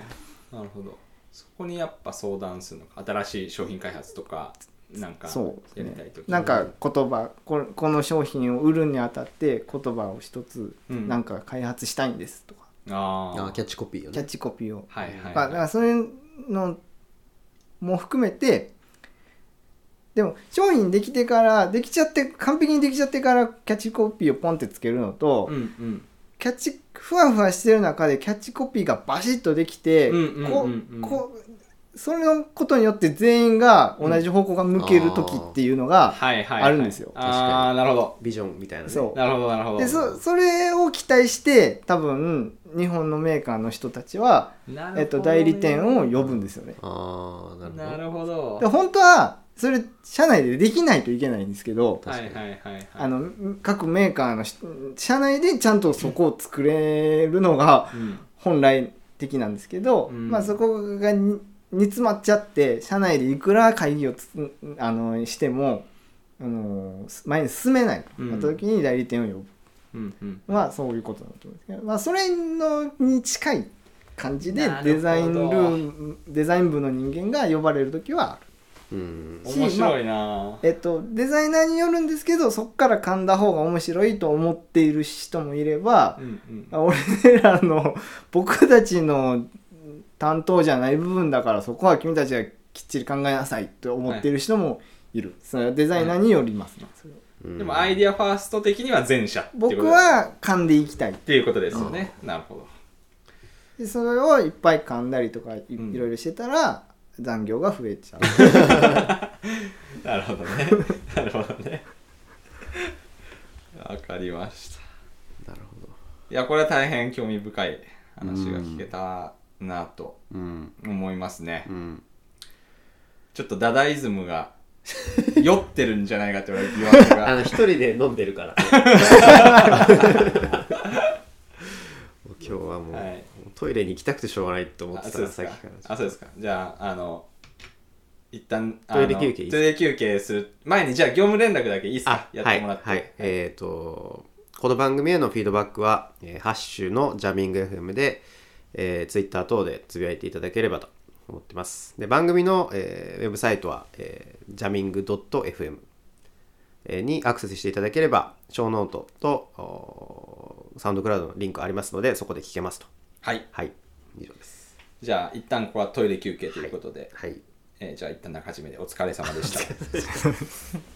Speaker 1: あなるほどそこにやっぱ相談するのか新しい商品開発とかなんか
Speaker 3: そう
Speaker 1: や
Speaker 3: です
Speaker 1: り
Speaker 3: ね
Speaker 1: たいとき
Speaker 3: なんか言葉ここの商品を売るにあたって言葉を一つ
Speaker 1: うん
Speaker 3: なんか開発したいんですとか、
Speaker 1: あ
Speaker 2: あ
Speaker 1: あ
Speaker 2: ーキャッチコピーよ
Speaker 3: キャッ
Speaker 2: ね
Speaker 3: チコピーを、
Speaker 1: はいはい、
Speaker 3: まあ、だからそういうのも含めてでも商品できてからできちゃって完璧にできちゃってからキャッチコピーをポンってつけるのと、
Speaker 1: うんうん
Speaker 3: キャッチふわふわしてる中でキャッチコピーがバシッとできて、
Speaker 1: うんうんうんうん
Speaker 3: ここそれのことによって全員が同じ方向が向ける時っていうのが、
Speaker 1: はいはいはい
Speaker 3: あるんですよ
Speaker 1: ああなるほど
Speaker 2: ビジョンみたいなね
Speaker 3: そう
Speaker 1: なるほどなるほど
Speaker 3: でそそれを期待して多分日本のメーカーの人たちは、
Speaker 1: なるほどね
Speaker 3: えっと代理店を呼ぶんですよね。
Speaker 2: ああなるほど
Speaker 1: なるほど
Speaker 3: で本当はそれ社内でできないといけないんですけど、
Speaker 1: はいはいはいはい
Speaker 3: あの各メーカーのし社内でちゃんとそこを作れるのが、
Speaker 1: うん
Speaker 3: 本来的なんですけど、
Speaker 1: うん
Speaker 3: まあ、そこがに煮詰まっちゃって社内でいくら会議をつあのしても、あの前に進めない
Speaker 1: うん
Speaker 3: なった時に代理店を呼ぶ
Speaker 1: うんうん
Speaker 3: のはそういうことだと思うんですけど、まあ、それのに近い感じで
Speaker 1: なるほど
Speaker 3: デザインルーデザイン部の人間が呼ばれる時はある。
Speaker 2: うん
Speaker 3: し
Speaker 1: 面白いなぁ、
Speaker 3: えっと、デザイナーによるんですけどそこから噛んだ方が面白いと思っている人もいれば、
Speaker 1: うんうん
Speaker 3: 俺らの僕たちの担当じゃない部分だからそこは君たちがきっちり考えなさいと思ってる人もいる、それはデザイナーによりますね、それは
Speaker 2: うん
Speaker 1: でもアイディアファースト的には前者ってこと
Speaker 3: 僕は噛んでいきたい
Speaker 1: っていうことですよね。なるほど。
Speaker 3: でそれをいっぱい噛んだりとかい,、
Speaker 1: うん
Speaker 3: ろいろしてたら残業が増えちゃう
Speaker 1: なるほ どね。なるほどね。わかりました。
Speaker 2: なるほど
Speaker 1: いや、これは大変興味深い話が聞けたなと
Speaker 2: うん
Speaker 1: 思いますね
Speaker 2: う。ん
Speaker 1: ちょっとダダイズムが 酔ってるんじゃないかって言われて疑惑
Speaker 2: あ
Speaker 1: が
Speaker 2: の一人で飲んでる からもう今日はもう、
Speaker 1: はい
Speaker 2: トイレに行きたくてしょうがないと思っ
Speaker 1: あ
Speaker 2: て
Speaker 1: そ
Speaker 2: た
Speaker 1: う
Speaker 2: ら
Speaker 1: です
Speaker 2: さっ
Speaker 1: か
Speaker 2: きから
Speaker 1: あそうですかじゃああの一旦あ
Speaker 2: ト
Speaker 1: の
Speaker 2: イレ休憩いいっす
Speaker 1: トイレ休憩する前にじゃあ業務連絡だけいいっすかやってもらって、
Speaker 2: はい、はい、えっ、とこの番組へのフィードバックは、えーハッシュのジャミング FM で、えー、Twitter 等でつぶやいていただければと思ってますで番組の、えーウェブサイトは、えー、ジャミング .fm えーにアクセスしていただければ小ノートとおーサウンドクラウドのリンクありますのでそこで聞けますと
Speaker 1: はい、
Speaker 2: はい以上です
Speaker 1: じゃあ一旦ここはトイレ休憩ということで、
Speaker 2: はい
Speaker 1: えーじゃあ一旦中始めでお疲れ様でした